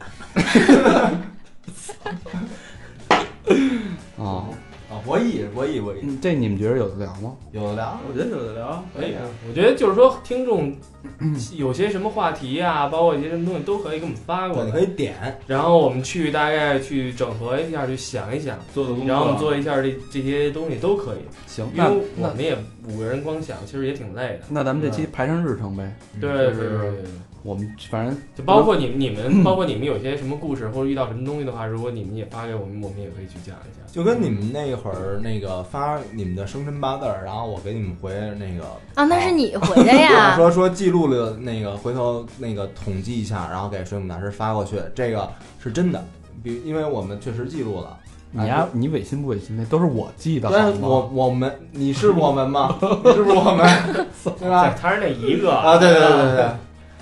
S2: 啊、
S3: 啊，博弈，博弈，博弈，
S2: 嗯这你们觉得有的聊吗？
S3: 有的聊，
S7: 我觉得有的聊，
S4: 可以啊，我觉得就是说，听众
S3: 嗯
S4: 有些什么话题啊，包括一些什么东西，都可以给我们发过
S3: 我
S4: 来，
S3: 可以点，
S4: 然后我们去大概去整合一下，去想一想，
S7: 做做功课。
S4: 然
S3: 啊
S4: 后我们做一下这这些东西都可以，
S2: 行，
S4: 因
S2: 那
S4: 为我
S2: 那
S4: 们也五个人光想，其实也挺累的。
S3: 嗯
S2: 那咱们这期排成日程呗，
S4: 对对对对对，
S2: 我们反正
S4: 就包括你们你
S3: 嗯
S4: 们，包括你们有些什么故事或者遇到什么东西的话，如果你们也发给我们，我们也可以去讲一下。
S3: 就跟你们那会儿那个发你们的生辰八字儿，然后我给你们回那个
S5: 啊，那是你回 的呀。
S3: 说说记录了那个，回头那个统计一下，然后给水母大师发过去，这个是真的，比因为我们确实记录了。
S2: 你呀、啊你违心不违心？那都是我记的，
S3: 但
S2: 好
S3: 是
S2: 吗
S3: 我我们你是我们吗？你是不是我们？ 对吧？
S4: 他是那一个
S3: 啊，对对对对对，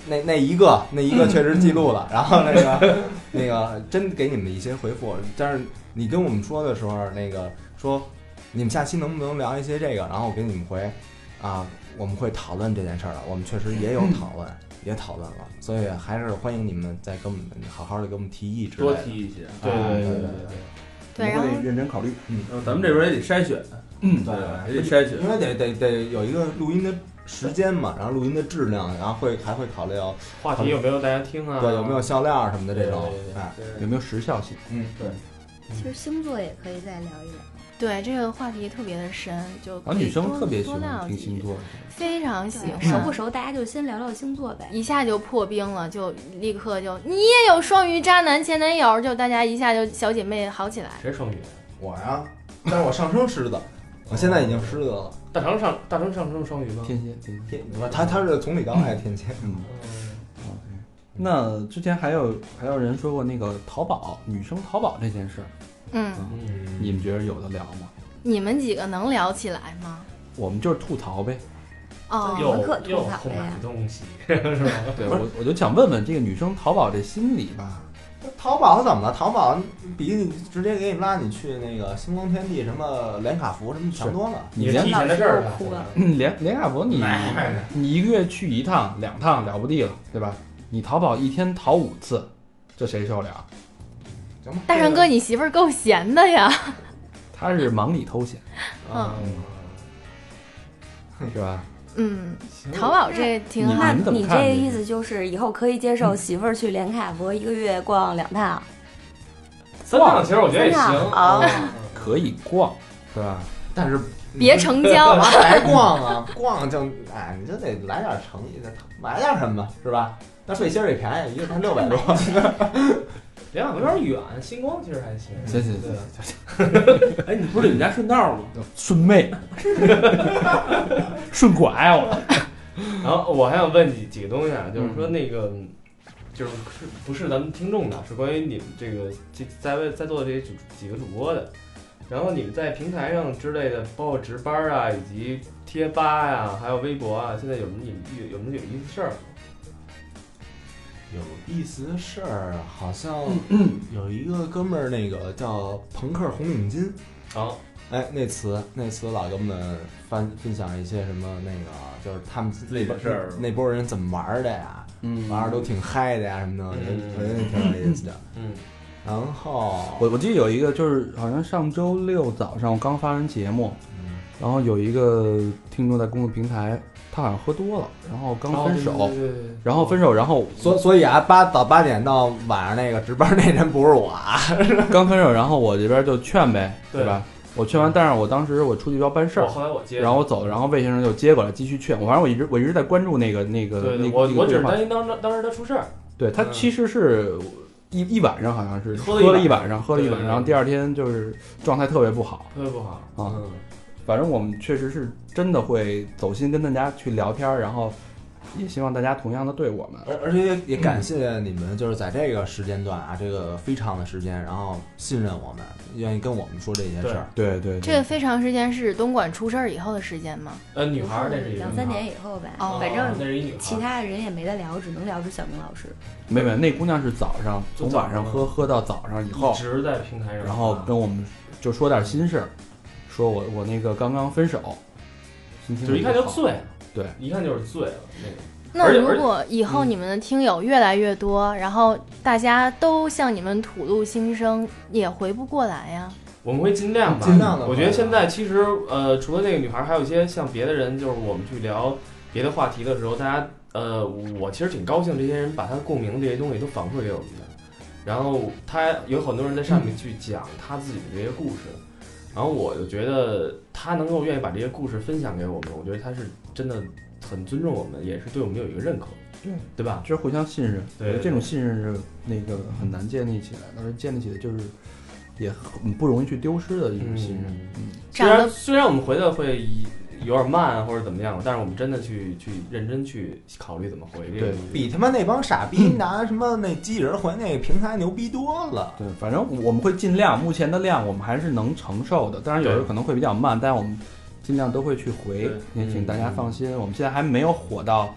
S3: 那那一个那一个确实记录 了，然后那个那个真给你们一些回复，但是你跟我们说的时候，那个说你们下期能不能聊一些这个，然后我给你们回啊，我们会讨论这件事儿的，我们确实 也有讨论，也讨论了，所以还是欢迎你们再跟我们好好的给我们提议之类
S7: 多
S3: 的。
S7: 提一些。
S4: 对
S3: 啊
S4: 对对对
S2: 我
S5: 对，然后
S2: 会认真考虑。
S7: 然后嗯咱们这边也得筛选，
S2: 嗯
S3: 对
S7: 也得筛选
S3: 因。为得得得有一个录音的时间嘛，然后录音的质量，然后会还会考虑到
S4: 话题有没有大家听啊？
S3: 对有没有笑料什么的这种
S4: 对对对，
S3: 哎，
S2: 有没有时效性？
S3: 嗯，对。
S6: 其实星座也可以再聊一聊。
S5: 对这个话题特别的深，就
S2: 啊，
S5: 可以
S2: 女生
S5: 多
S2: 特别喜
S5: 多
S2: 欢
S5: 聊
S2: 听
S5: 几
S2: 星
S5: 句，
S2: 座，
S5: 非常喜
S6: 对
S5: 欢。
S2: 嗯
S6: 熟不熟，大家就先聊聊星座呗。
S5: 一下就破冰了，就立刻就你也有双鱼渣男前男友，就大家一下就小姐妹好起来。
S4: 谁双鱼？
S3: 我呀，但是我上升狮子，我现在已经狮子了。
S4: 大成上大成上升双鱼吗？
S2: 天蝎，天蝎。
S3: 天，不，他他是从里到 外天蝎。
S2: 嗯
S4: 嗯
S2: ，OK。那之前还有还有人说过那个淘宝女生淘宝这件事儿，
S5: 嗯，
S4: 嗯
S2: 你们觉得有的聊吗？
S5: 你们几个能聊起来吗？
S2: 我们就是吐槽呗。
S5: 哦，
S6: 有
S4: 又
S6: 可吐
S4: 又
S6: 槽
S4: 购
S6: 了呀
S4: 买东西是吧？
S2: 对我我就想问问这个女生淘宝这心理吧。
S3: 啊淘宝怎么了？淘宝比你直接给你拉你去那个星光天地什么联卡服什么强多了。
S2: 你
S4: 也提
S2: 连
S4: 前的事儿呢
S6: 我哭了
S2: 嗯连连卡佛你你一个月去一趟两趟了不地了，对吧？你淘宝一天淘五次，这谁受得了？
S3: 行吧
S5: 大成哥，，你媳妇儿够闲的呀。
S2: 他是忙里偷闲，
S6: 嗯
S4: 啊，
S2: 是吧？
S5: 嗯，
S4: 行
S5: 淘宝这挺
S2: 你
S5: 好
S6: 那
S2: 们怎么
S6: 你
S2: 看
S6: 这
S2: 这
S6: 意
S2: 个嗯
S6: 思就是以后可以接受媳妇儿去连卡佛一个月逛两趟，
S4: 三趟其实我觉得也行
S6: 三哦趟好
S4: 嗯
S2: 可以逛，对吧？
S3: 但是
S5: 别 成 交。
S3: 白逛啊，逛就哎，你就得来点诚意，买点什么是吧？那背心儿也便宜，一个才六百多。
S4: 联想有点远，星光其实还行。
S2: 行行
S4: 对
S2: 行，
S7: 哎，你不是你们家顺道吗？
S2: 顺妹，顺拐啊我。
S4: 然后我还想问几几个东西啊，就是说那个，就是是不是咱们听众的，是关于你们这个这在位在座的这几几个主播的。然后你们在平台上之类的，包括值班啊，以及贴吧呀、还有微博啊，现在有什么你们遇有什么有意思事儿吗？
S3: 有意思的事儿，好像有一个哥们儿，那个叫朋克红领巾，
S4: 啊，
S3: 哎，那词那词老给我们分分享一些什么那个，就是他们自己
S7: 里边事儿
S3: 那波人怎么玩儿的呀，
S2: 嗯
S3: 玩儿都挺嗨的呀什么的，我觉得
S4: 嗯
S3: 我觉得挺有意思的。
S4: 嗯，
S3: 然后，
S2: 我我记得有一个，就是好像上周六早上我刚发完节目，
S3: 嗯
S2: 然后有一个听众在公众平台，他好像喝多了，然后刚分手，
S4: 哦对对对对
S2: 然后分手，然后
S3: 所所以啊，八早八点到晚上那个值班那人不是我啊，
S2: 刚 分手，然后我这边就劝呗，
S4: 对
S2: 对吧？我劝完，但是我当时我出去要办事
S4: 我
S2: 儿，
S4: 后来我接，
S2: 然后我走，然后魏先生就接过来继续劝我，反正我一直我一直在关注那个那个
S4: 对
S2: 那
S4: 对，
S2: 个
S4: 我
S2: 那个
S4: 我只
S2: 对
S4: 是
S2: 话
S4: 担，心当当当时他出事儿，
S2: 对他
S4: 嗯
S2: 其实是一一晚上好像是
S4: 喝
S2: 喝了
S4: 了一
S2: 一
S4: 晚
S2: 晚上，喝了一
S4: 对
S2: 晚上，
S4: 对
S2: 然后第二天就是状态特别不好。
S4: 特别不好
S2: 啊
S4: 嗯
S2: 反正我们确实是真的会走心跟大家去聊天儿，然后也希望大家同样的对我们。
S3: 而而且也也感谢你们，就是在这个时间段啊，这个非常的时间，然后信任我们，愿意跟我们说这些事儿。
S2: 对对
S5: 这个非常时间是东莞出事儿以后的时间吗？
S4: 呃，女孩儿那是一个
S6: 两
S4: 女
S6: 三
S4: 孩儿啊
S6: 年以后吧，
S5: 哦
S6: 反
S4: 那
S6: 正
S4: 是一女孩儿，
S6: 其他人也没得聊，只能聊出小明老师。
S2: 没没，那姑娘是早上从晚上
S4: 嗯
S2: 喝喝到早上以后
S4: 一，直在平台上，啊
S2: 然后跟我们就说点心事儿，说我我那个刚刚分手，心情
S4: 就是一看就醉了，
S2: 对，
S4: 一看就是醉了那个。
S5: 那
S4: 而且
S5: 如果以后
S4: 嗯
S5: 你们的听友越来越多，然后大家都向你们吐露心声，也回不过来呀。
S4: 我们会尽量吧，
S3: 尽量的话
S4: 我觉得现在其实呃，除了那个女孩，还有一些像别的人，就是我们去聊别的话题的时候，大家呃，我其实挺高兴，这些人把他共鸣的这些东西都反馈给我们的。然后他有很多人在上面去讲他自己的这些故事，然后我就觉得他能够愿意把这些故事分享给我们，我觉得他是真的很尊重我们，也是对我们有一个认可，
S3: 对
S4: 对吧？
S2: 就是互相信任。
S4: 对
S2: 我觉得这种信任是那个很难建立起来的，但是建立起来就是也很不容易去丢失的一种信任。嗯，
S4: 虽
S5: 长
S4: 然
S5: 得
S4: 虽然我们回的会有点慢或者怎么样，但是我们真的去去认真去考虑怎么回这个
S2: 对
S4: 东西。
S3: 比他妈那帮傻逼拿什么那机器人回那平台牛逼多了。
S2: 对，反正我们会尽量，目前的量我们还是能承受的。当然有时候
S4: 对
S2: 可能会比较慢，但我们尽量都会去回
S4: 对，
S2: 也请
S4: 嗯
S2: 大家放心。我们现在还没有火到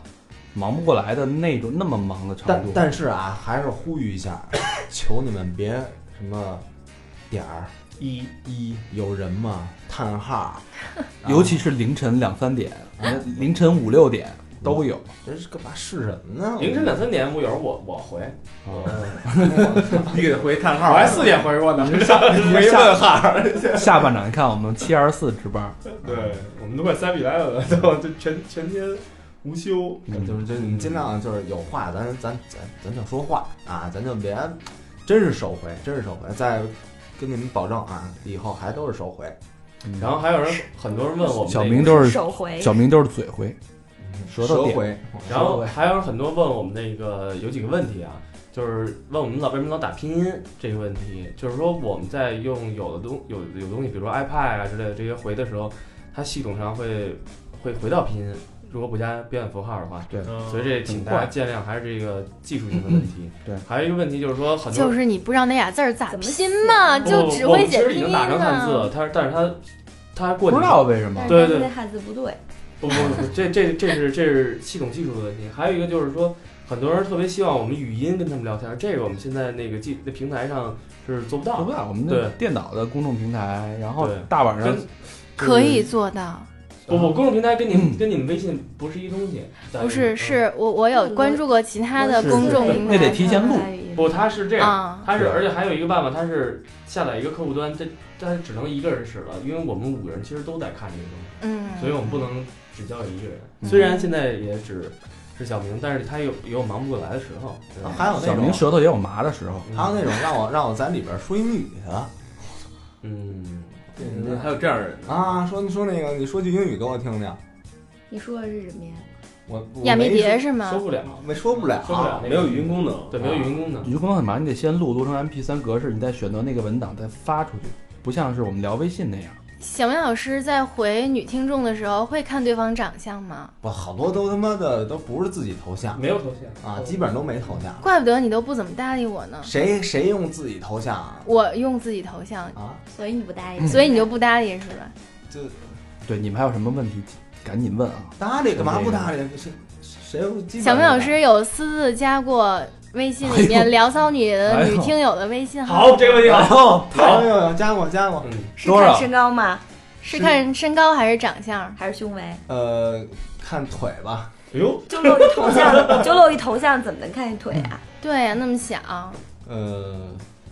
S2: 忙不过来的那种那么忙的程
S3: 但
S2: 度。
S3: 但是啊，还是呼吁一下，求你们别什么点儿
S4: 一
S3: 一有人吗？叹号，
S2: 尤其是凌晨两三点、凌晨五六点都有。
S3: 这是干嘛是人呢？
S4: 凌晨两三点，我有时候我我回，
S7: 你给他回叹号
S4: 我还四点回 过呢，没
S2: 下
S4: 问号。
S2: 下半场一看，我们七二四值班，
S4: 对， 我们都快三比来了，都就全全天无休。
S3: 就是就是嗯你尽量就是有话，咱咱咱咱就说话啊，咱就别，真是首回，真是首回，再跟你们保证啊，以后还都是首回。
S2: 嗯
S4: 然后还有人，很多人问我们那个
S2: 小明都是
S6: 手
S5: 哎
S6: 回
S2: 小明都是嘴回，舌头点。
S3: 回，
S4: 然后还有很多问我们那个有几个问题啊，就是问我们老为什么老打拼音这个问题，就是说我们在用有的东有有东西，比如说 iPad 啊之类的这些回的时候，它系统上会会回到拼音，如果不加标点符号的话，
S2: 对
S4: 所以这请大家见谅，还是这个技术性的问题。
S2: 嗯对
S4: 还有一个问题就是说很多
S5: 就是你不知道那俩字儿咋
S6: 怎么
S5: 拼嘛，
S4: 不
S5: 就只
S4: 我
S5: 会
S4: 们其
S5: 写
S4: 实已
S5: 拼
S4: 经
S5: 音
S4: 打上汉字
S5: 呢。
S4: 了，它但是它它过
S2: 不
S4: 几
S2: 知道为什么
S6: 但，
S4: 对
S6: 是
S4: 对
S6: 那汉字不对，
S4: 不不不，这这这是这是系统技术的问题，还有一个就是说，很多人特别希望我们语
S2: 啊
S4: 音跟他们聊天，这个我们现在那个技那平台上是做不
S2: 不
S4: 到
S2: 知
S4: 的。
S2: 道我们的
S4: 对
S2: 电脑的公众平台，然后
S4: 对
S2: 大晚上
S4: 跟
S5: 可以做到，
S4: 不不，公众平 台跟你们跟你们微信不是一东西，在
S5: 不是，
S4: 嗯
S5: 是我我有关注过其他的啊
S2: 是
S5: 公众平台，
S2: 那得提前录
S4: 不，它是这样，
S5: 啊，
S4: 它是而且还有一个办法，它是下载一个客户端，这它只能一个人使了，因为我们五个人其实都在看这个东西，
S5: 嗯，
S4: 所以我们不能只交给一个人。
S2: 嗯
S4: 虽然现在也只是小明，但是他有也有忙不过来的时候。对
S3: 啊
S4: 吧
S3: 还有那
S2: 小明
S3: 种，
S2: 舌头也有麻的时候。
S4: 嗯
S3: 还有那种让我让我在里边说英语的
S4: 嗯，
S7: 还有这样的人，
S3: 啊，说说那个你说句英语给我听听，
S6: 你说的是什么呀？
S3: 我我
S5: 亚
S3: 没
S5: 迷蝶
S3: 说
S5: 是吗
S4: 说？不了，
S3: 没说不了，啊
S4: 说不了，
S7: 没有语音功能，
S4: 对，没有语音功能。
S2: 你就不能很麻烦，你得先录录成 MP 3格式，你再选择那个文档再发出去，不像是我们聊微信那样。
S5: 小明老师在回女听众的时候会看对方长相吗？
S3: 我好多都他妈的都不是自己头像
S4: 没有头
S7: 嗯
S4: 像嗯
S3: 啊，基本上都没头像。
S5: 怪不得你都不怎么搭理我呢。
S3: 谁谁用自己头像啊？
S5: 我用自己头像，
S3: 啊，
S6: 所以你不
S2: 嗯
S6: 答应，
S5: 所以你就不搭理是吧？
S3: 就
S2: 对，你们还有什么问题赶紧问啊！
S3: 搭理干嘛不搭理？谁谁谁基本
S5: 小明老师有私自加过微信里
S2: 哎
S5: 面
S2: 呦
S5: 聊骚你的女听友的微信号，
S4: 哎好，这个问题好。
S3: 有有有加过加过，
S4: 嗯，
S6: 是
S2: 多少
S6: 看身高吗？
S5: 是看身高还是长相？
S6: 还是胸围？
S3: 呃，看腿吧，
S4: 哎呦，
S6: 就露一头像， 就露一头像，怎么能看见腿啊？
S5: 对呀、那么小，
S3: 呃，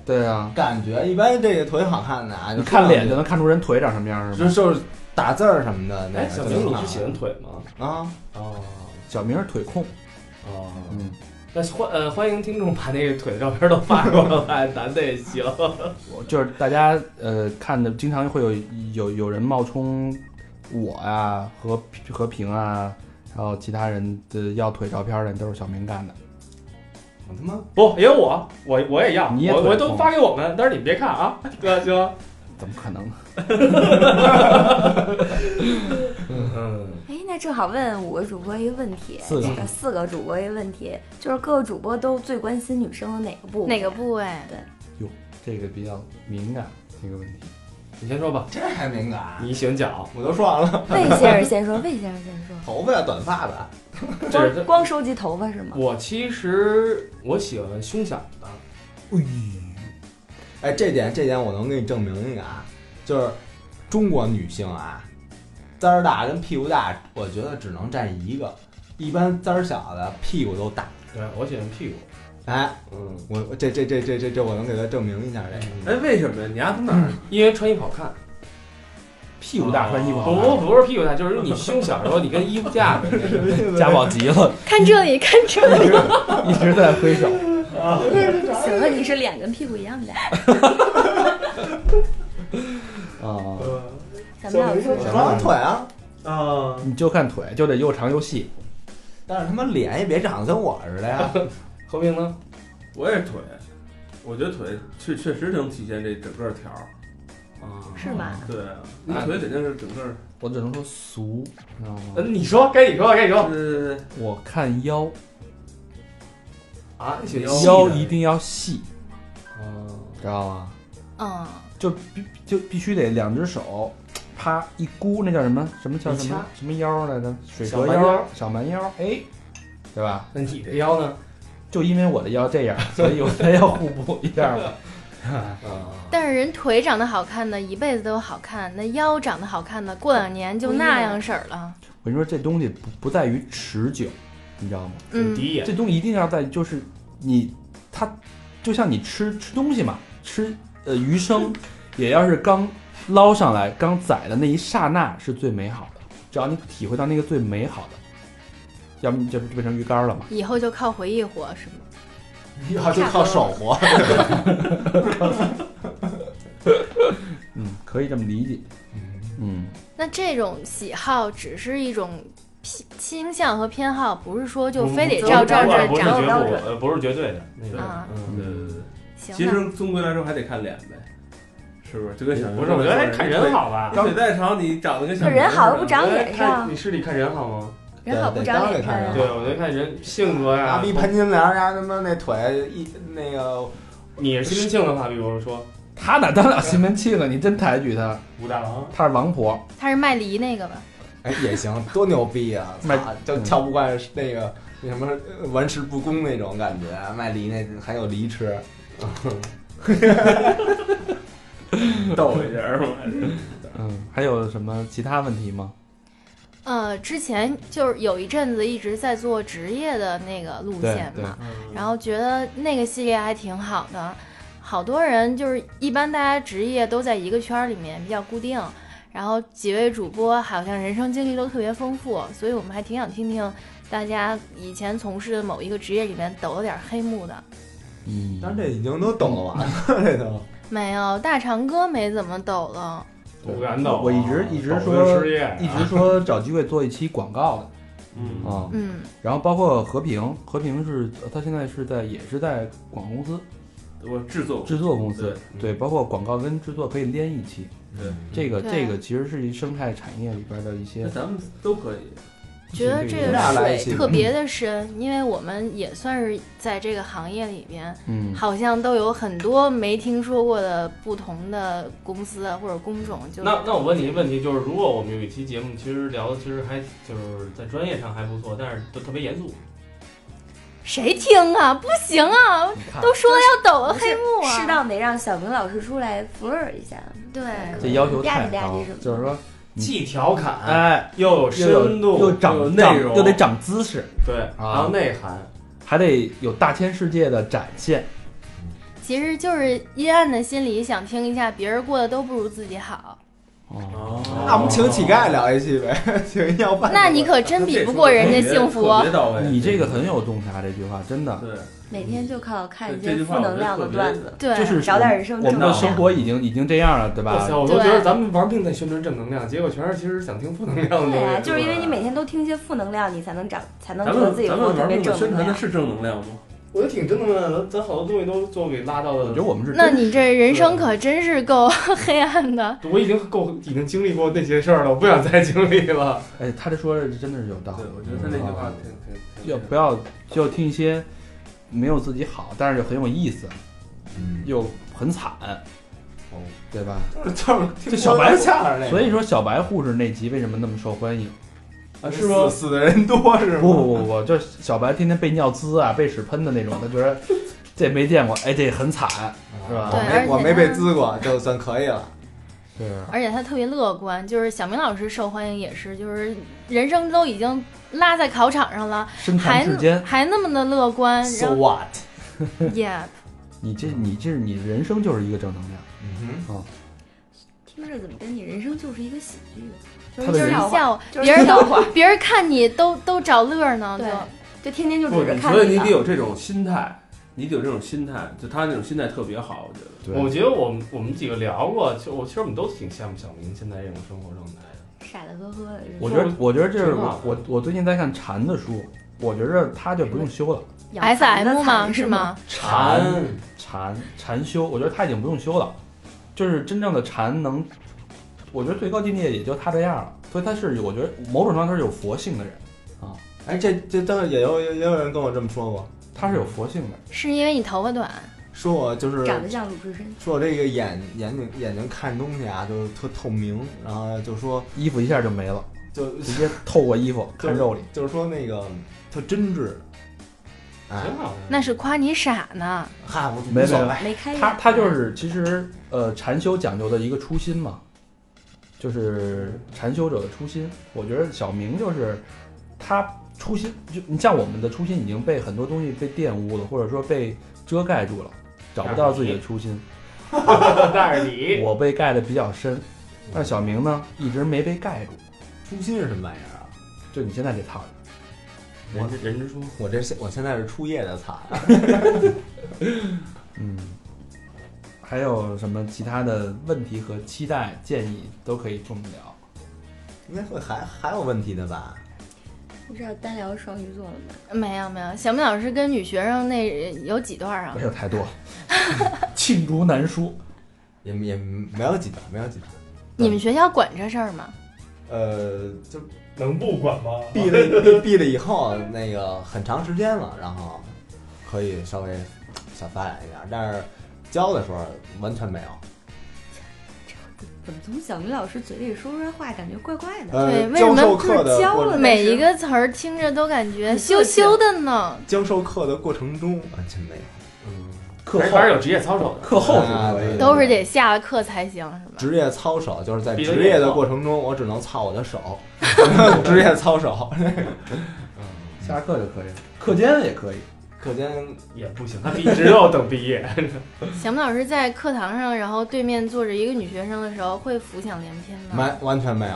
S2: 对啊，
S3: 感觉一般，这个腿好看的啊，
S2: 你看脸就
S3: 就
S2: 能看出人腿长什么样是
S3: 就
S2: 吧？
S3: 就是打字儿什么的那
S4: 哎，
S3: 个就
S4: 小
S3: 能看。
S4: 明，你是喜欢腿吗？
S3: 啊？
S4: 哦
S2: 小明是腿控，
S4: 哦，
S2: 嗯，
S4: 那欢呃欢迎听众把那个腿的照片都发过来， 男的也行。
S2: 我就是大家呃看的，经常会有有有人冒充我呀、和和平啊，还有其他人的要腿照片的，都是小明干的。
S3: 我他妈
S4: 不，也有我，我我也要，
S2: 你也
S4: 我
S2: 腿
S4: 我都发给我们，但是你别看啊，哥行。
S2: 怎么可能？
S4: 嗯，
S6: 哎，那正好问五个主播一个问题，
S2: 四个
S6: 呃四个主播一个问题，就是各个主播都最关心女生的哪个部分？
S5: 哪个部位？
S2: 这个比较敏感这个问题。
S4: 你先说吧，
S3: 这还敏感？
S4: 你喜欢脚，
S3: 我都说完了，
S6: 魏先生先说，魏先生先说。
S3: 头发呀，短发的，
S4: 这是
S6: 光光收集头发是吗？
S4: 我其实我喜欢胸小的，
S3: 哎，这点这点我能给你证明一个啊，就是中国女性啊，滋儿大跟屁股大，我觉得只能占一个，一般滋儿小的屁股都大。
S4: 对我喜欢屁股，
S3: 哎，
S4: 嗯，
S3: 我我这这这这这这我能给他证明一下这
S7: 哎，
S3: 个。
S7: 为什么呀？你丫从哪儿？
S4: 嗯因为穿衣服好看，
S2: 屁股大穿衣服好
S4: 不
S2: 看
S4: 哦不不是屁股大，就是你胸小时候你跟衣服架子那个，
S2: 家暴极了，
S5: 看这里，看这里。
S2: 一直在挥手。
S6: 行了，你是脸跟屁股一样的。
S3: 啊，
S6: 咱们俩有说
S3: 小长腿啊，
S5: 嗯
S7: 呃
S10: 啊，
S2: 你就看腿，就得又长又细。
S3: 但是他妈脸也别长得跟我似的 呀。
S4: 和平呢？
S7: 我也是腿，我觉得腿确确实能体现这整个条儿。
S4: 啊，
S6: 是吗？
S7: 对啊，你腿肯定是整个儿。
S2: 我只能说俗，你知道吗？
S4: 嗯，你说，该你说，该你说
S7: 呃，
S2: 我看腰，
S4: 啊，选
S2: 腰一定要细，
S4: 啊
S2: 知道吗？
S5: 嗯，
S2: 就必就必须得两只手，啪一箍，那叫什么什么叫什
S4: 一掐
S2: 么什么腰来着？水
S4: 小
S2: 蛇
S4: 蛮腰
S2: 腰、小蛮腰，哎，对吧？
S4: 那你这腰呢？
S2: 就因为我的腰这样， 所以我才要互补一下嘛。
S4: 啊，
S5: 但是人腿长得好看的，一辈子都好看；那腰长得好看的，过两年就那样式儿了。
S2: 我跟你说，这东西不不在于持久，你知道吗？
S4: 就是
S5: 嗯
S4: 第一眼
S2: 这东西一定要在就是你，它就像你吃吃东西嘛，吃呃鱼生，也要是刚捞上来刚宰的那一刹那是最美好的，只要你体会到那个最美好的，要么这不就变成鱼干了嘛？
S5: 以后就靠回忆活，是吗？
S3: 要就靠手活，
S2: 嗯，可以这么理解。嗯，
S5: 那这种喜好只是一种偏倾向和偏好，不是说就非得
S6: 不
S5: 照
S6: 照
S5: 照着
S6: 照
S4: 不是绝
S5: 长
S6: 照
S4: 不
S6: 着
S4: 呃不是绝对的那个，
S5: 啊。
S7: 对
S4: 嗯，
S7: 对对对。
S5: 行，
S7: 其实终归来说还得看脸呗，是不是？就跟小学
S4: 不是，我觉得还看人好吧。
S7: 你腿再
S2: 哦
S7: 长，你长得跟小
S6: 可
S7: 明
S6: 人好
S7: 似
S6: 又
S7: 的
S6: 不长脸
S4: 看
S6: 上，
S7: 啊哎
S4: 你是得看人好啊吗？
S6: 人好不长脸
S3: 对
S6: 上啊
S4: 对，我觉得看人性格
S3: 大
S4: 呀。
S3: 逼潘金莲呀，他妈那腿一那个
S4: 你是心灵性的话，比如说
S2: 他哪当了西门庆啊？你真抬举他，
S4: 武大郎，
S2: 他是王婆。
S5: 他是卖梨那个吧？
S3: 哎也行，多牛逼 啊！
S2: 卖
S3: 操，就撬不惯那个那什么呃玩世不恭那种感觉，卖梨那还有梨吃。
S7: 逗一下儿嘛。
S2: 嗯，还有什么其他问题吗？
S5: 呃，之前就是有一阵子一直在做职业的那个路
S2: 对
S5: 线
S2: 对
S5: 嘛，然后觉得那个系列还挺好的。好多人就是一般大家职业都在一个圈儿里面比较固定，然后几位主播好像人生经历都特别丰富，所以我们还挺想听听大家以前从事的某一个职业里面抖了点黑幕的。
S2: 嗯，
S3: 但是这已经都懂了完了，这都。
S5: 没有，大长哥没怎么抖了。
S4: 不敢抖啊。
S2: 我一直一直说
S4: 抖就失业啊，
S2: 一直说找机会做一期广告的
S4: 嗯
S3: 哦
S2: 啊、
S5: 嗯，
S2: 然后包括和平，和平是呃他现在是在也是在广告公司
S7: 我制作
S2: 制作公司，
S4: 对
S2: 哦对，嗯包括广告跟制作可以连一期，
S7: 对，
S2: 这个
S5: 对
S2: 这个其实是一生态产业里边的一些
S7: 那，咱们都可以。
S5: 觉得这
S2: 这
S3: 样来
S5: 个
S3: 一期
S5: 水特别的深，因为我们也算是在这个行业里边，
S2: 嗯，
S5: 好像都有很多没听说过的不同的公司啊或者工种。就
S4: 那那我问你一个问题，就是如果我们有一期节目，其实聊的其实还就是在专业上还不错，但是都特别严肃。
S5: 谁听啊？不行啊，
S2: 你看
S5: 都说要抖了黑幕啊！
S6: 适当得让小明老师出来 flirt 一下。
S5: 对，
S2: 这要求太
S6: 吧
S2: 高
S6: 唧
S2: 了
S6: 吧唧什么，的
S2: 就是说，嗯
S4: 既调侃
S2: 哎，
S4: 又有
S2: 又有
S4: 深度，
S2: 又
S4: 有
S2: 长
S4: 内
S2: 长
S4: 容，
S2: 又得长姿势，
S4: 对，
S2: 啊
S4: 然后内涵。
S2: 还得有大千世界的展现，
S5: 其实就是阴暗的心理，想听一下别人过得都不如自己好。
S2: 哦，
S3: 那我们请乞丐聊一期呗， 请要饭。
S5: 那你可真比不过人家幸福。哦
S7: 别到位，
S2: 你这个很有洞察，这句话真的，
S7: 对，
S6: 每天就靠看一
S7: 这
S6: 些
S7: 句话
S6: 负能量的段子，
S5: 对，
S2: 这是
S6: 找点人生
S2: 我们
S6: 正
S2: 的
S6: 能
S2: 生
S6: 量。
S2: 活已经已经这样了，对
S4: 哇
S2: 吧
S4: 塞，？我都觉
S5: 对
S4: 得咱们玩命在宣传正能量，结果全是其实想听负能量的东西。
S6: 对啊，就是因为
S4: 吧
S6: 你每天都听一些负能量，你才能长，才能
S7: 咱
S6: 觉得
S7: 们
S6: 自己
S7: 咱
S6: 活
S7: 们
S6: 特
S7: 玩
S6: 别
S7: 命的
S6: 正
S7: 宣
S6: 能
S7: 传的
S6: 量。
S7: 是正能量吗？
S4: 我觉得挺正能量的，咱好多东西都做给拉到
S2: 我觉得
S4: 了。
S2: 我们是
S5: 那
S2: 真
S5: 你这人生可真是够 黑暗的。
S4: 我已经够，已经经历过那些事儿了，我不想再经历了。
S2: 哎，他这说的真的是有道理啊
S7: 对，。我觉得他那句话挺挺挺。
S2: 要不要就听一些没有自己好，但是又很有意思，又很惨，
S7: 哎
S3: 哦，
S2: 对吧？
S3: 就是就是
S2: 这小白
S3: 下边那个，
S2: 所以说小白护士那集为什么那么受欢迎？
S3: 啊是吗？死的人多是吗？
S2: 不不不不，就是小白天天被尿滋啊，被屎喷的那种，他觉得这没见过，哎，这很惨，是
S3: 我
S2: 吧
S5: 对而
S3: 没
S5: 且
S3: 我没被
S5: 他
S3: 滋过，就算可以了。
S2: 是
S5: 而且他特别乐观，就是小明老师受欢迎也是，就是人生都已经拉在考场上了，
S2: 身残
S5: 还
S2: 志坚，
S5: 嗯还那么的乐观，然
S3: So
S5: 后
S3: what？
S5: ，Yeah，
S2: 你这你这你人生就是一个正能量，
S3: 嗯
S6: 听着怎么跟你人生就是一个喜剧？
S2: 他的人
S6: 笑话，
S5: 笑
S6: 就是
S5: 别人
S6: 笑话
S5: 都别人看你都都找乐儿呢，
S6: 对
S5: 就
S6: 就天天就
S7: 不
S6: 指着，看
S7: 所以你
S6: 吧
S7: 得有这种心态，你得有这种心态，就他那种心态特别好，我觉得。
S4: 我觉得我们我们几个聊过，就我其实我们都挺羡慕小明现在这种生活状态的。
S6: 傻的呵呵的人
S2: 我
S6: 生。
S2: 觉得我觉得这是
S4: 挺好
S2: 我我我最近在看禅的书，我觉着他就不用修了，
S6: 养蚕
S5: S
S6: 的
S5: M
S6: 蚕
S5: 嘛是？吗？
S4: 馋，
S2: 禅禅修，我觉得他已经不用修了，就是真正的禅能，我觉得最高境界也就他这样了，所以他是有我觉得某种程度上他是有佛性的人，
S3: 哎，这这倒是也有也有人跟我这么说过，
S2: 他是有佛性的，
S5: 是因为你头发短，
S3: 说我就是
S6: 长得像鲁智深，
S3: 说我这个眼眼睛眼睛看东西啊，就是特透明，然后就说
S2: 衣服一下就没了，
S3: 就
S2: 直接透过衣服看肉里，
S3: 就是说那个特真挚，哎，
S4: 挺好的。
S5: 那是夸你傻呢。
S3: 嗨，我
S2: 没
S3: 无所谓，
S6: 没开眼。
S2: 他他就是其实呃禅修讲究的一个初心嘛，就是禅修者的初心。我觉得小明就是他初心，就你像我们的初心已经被很多东西被玷污了，或者说被遮盖住了，找不到自己的初心。
S4: 但是你
S2: 我被盖的比较深，但是小明呢一直没被盖住，
S3: 初心是什么玩意儿啊？
S2: 就你现在这套。
S3: 人之人之初，我这现我现在是初夜的惨，
S2: 嗯，还有什么其他的问题和期待建议都可以跟我们聊。
S3: 应该会还还有问题的吧？
S6: 不是要单聊双鱼座了吗？
S5: 没有没有，小明老师跟女学生那有几段啊
S2: 没？有太多， 罄竹难书。
S3: 也也没有几段，没有几段，
S5: 你们学校管这事儿吗？
S3: 呃，就
S4: 能不管吗？
S3: 闭了闭闭了以后，那个很长时间了，然后可以稍微小发展一点，但是教的时候完全没有。
S6: 怎么从小明老师嘴里说出来话感觉怪怪的？
S3: 呃，
S5: 对为什
S3: 教
S5: 么
S3: 授课的
S6: 就是教
S3: 过
S6: 了
S5: 每一个词儿听着都感觉
S6: 很个
S5: 羞
S6: 性
S5: 羞的呢。
S3: 教授课的过程中完全没有，
S2: 课
S4: 还是有职业操守的。
S2: 课后是
S3: 啊
S2: 可以的，
S5: 都是得下了课才行，是吧？
S3: 职业操守，就是在
S4: 闭着
S3: 职业
S4: 眼
S3: 的
S4: 睛
S3: 过程中，我只能操我的 手，职业操守。
S2: 下课就可以了，课间也可以。
S3: 课间
S4: 也不 行，他毕只有等毕业。
S5: 小明老师在课堂上，然后对面坐着一个女学生的时候，会浮想联翩吗？
S3: 完完全没有，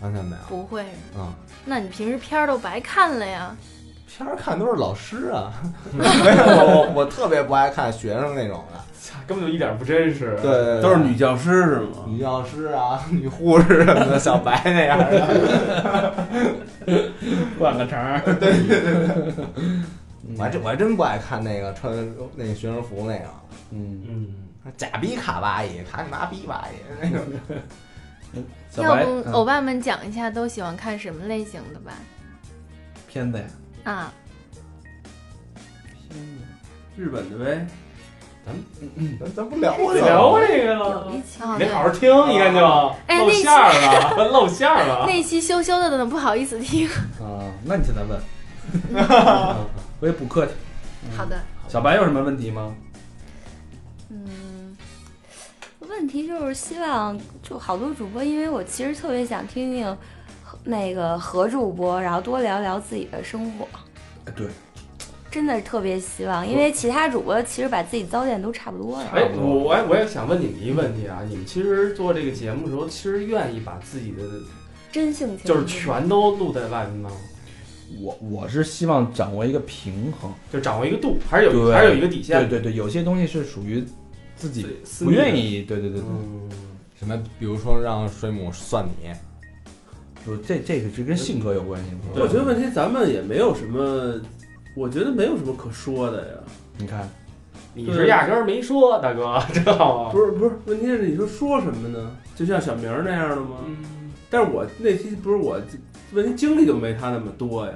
S3: 完全没有。
S5: 不会，
S3: 嗯，
S5: 那你平时片儿都白看了呀？
S3: 片儿看都是老师啊， 没有我我特别不爱看学生那种的，
S4: 根本就一点不真实。
S3: 对，对对
S7: 都是女教师是吗？
S3: 女教师啊、女护士什么的，小白那样的。
S7: 灌个肠，
S3: 我还真我还真不爱看那个穿那个学生服那个，
S2: 嗯，
S4: 嗯，
S3: 假逼卡哇伊，卡你妈逼哇伊那个。
S2: 小
S5: 要
S2: 白
S5: 不哦
S2: 嗯
S5: 欧巴们讲一下都喜欢看什么类型的吧？
S2: 片子呀，
S5: 啊，
S7: 日本的呗，
S3: 咱咱不聊了，
S4: 得聊这个
S6: 有
S7: 呃
S4: 了
S6: 一。期
S5: 哦
S4: 你
S5: 对
S4: 得好好听，一看就
S5: 哎
S4: 露馅儿了， 露馅儿了。
S5: 那期羞羞的呢，不好意思听。
S2: 啊，那你现在问，我也补课去。
S6: 好的，
S2: 小白有什么问题吗？
S6: 嗯，问题就是希望就好多主播，因为我其实特别想听听和那个何主播，然后多聊聊自己的生活。
S2: 哎对，
S6: 真的特别希望，因为其他主播其实把自己糟践都差不多了。
S4: 哎，我我也我也想问你们一个问题啊，你们其实做这个节目的时候，其实愿意把自己的
S6: 真性情
S4: 就是全都露在外面吗？
S2: 我我是希望掌握一个平衡。
S4: 就掌握一个度，还是有
S2: 对
S4: 还是有一个底
S2: 对
S4: 线。
S2: 对对，有些东西是属于自己
S4: 对私
S2: 不
S4: 密的
S2: 愿意，对对对对，
S4: 嗯，
S3: 什么？比如说让水母算你，
S2: 就这这个是跟性格有关系。
S4: 对
S7: 我觉得问题咱们也没有什么，我觉得没有什么可说的呀。
S2: 你看，
S4: 你是压根儿没说，大哥，知道
S3: 哦
S4: 吗？
S7: 不是不是，问题是你说说什么呢？就像小明儿那样的吗？
S4: 嗯，
S7: 但是我那期不是我，问题经历就没他那
S5: 嗯
S7: 么多呀。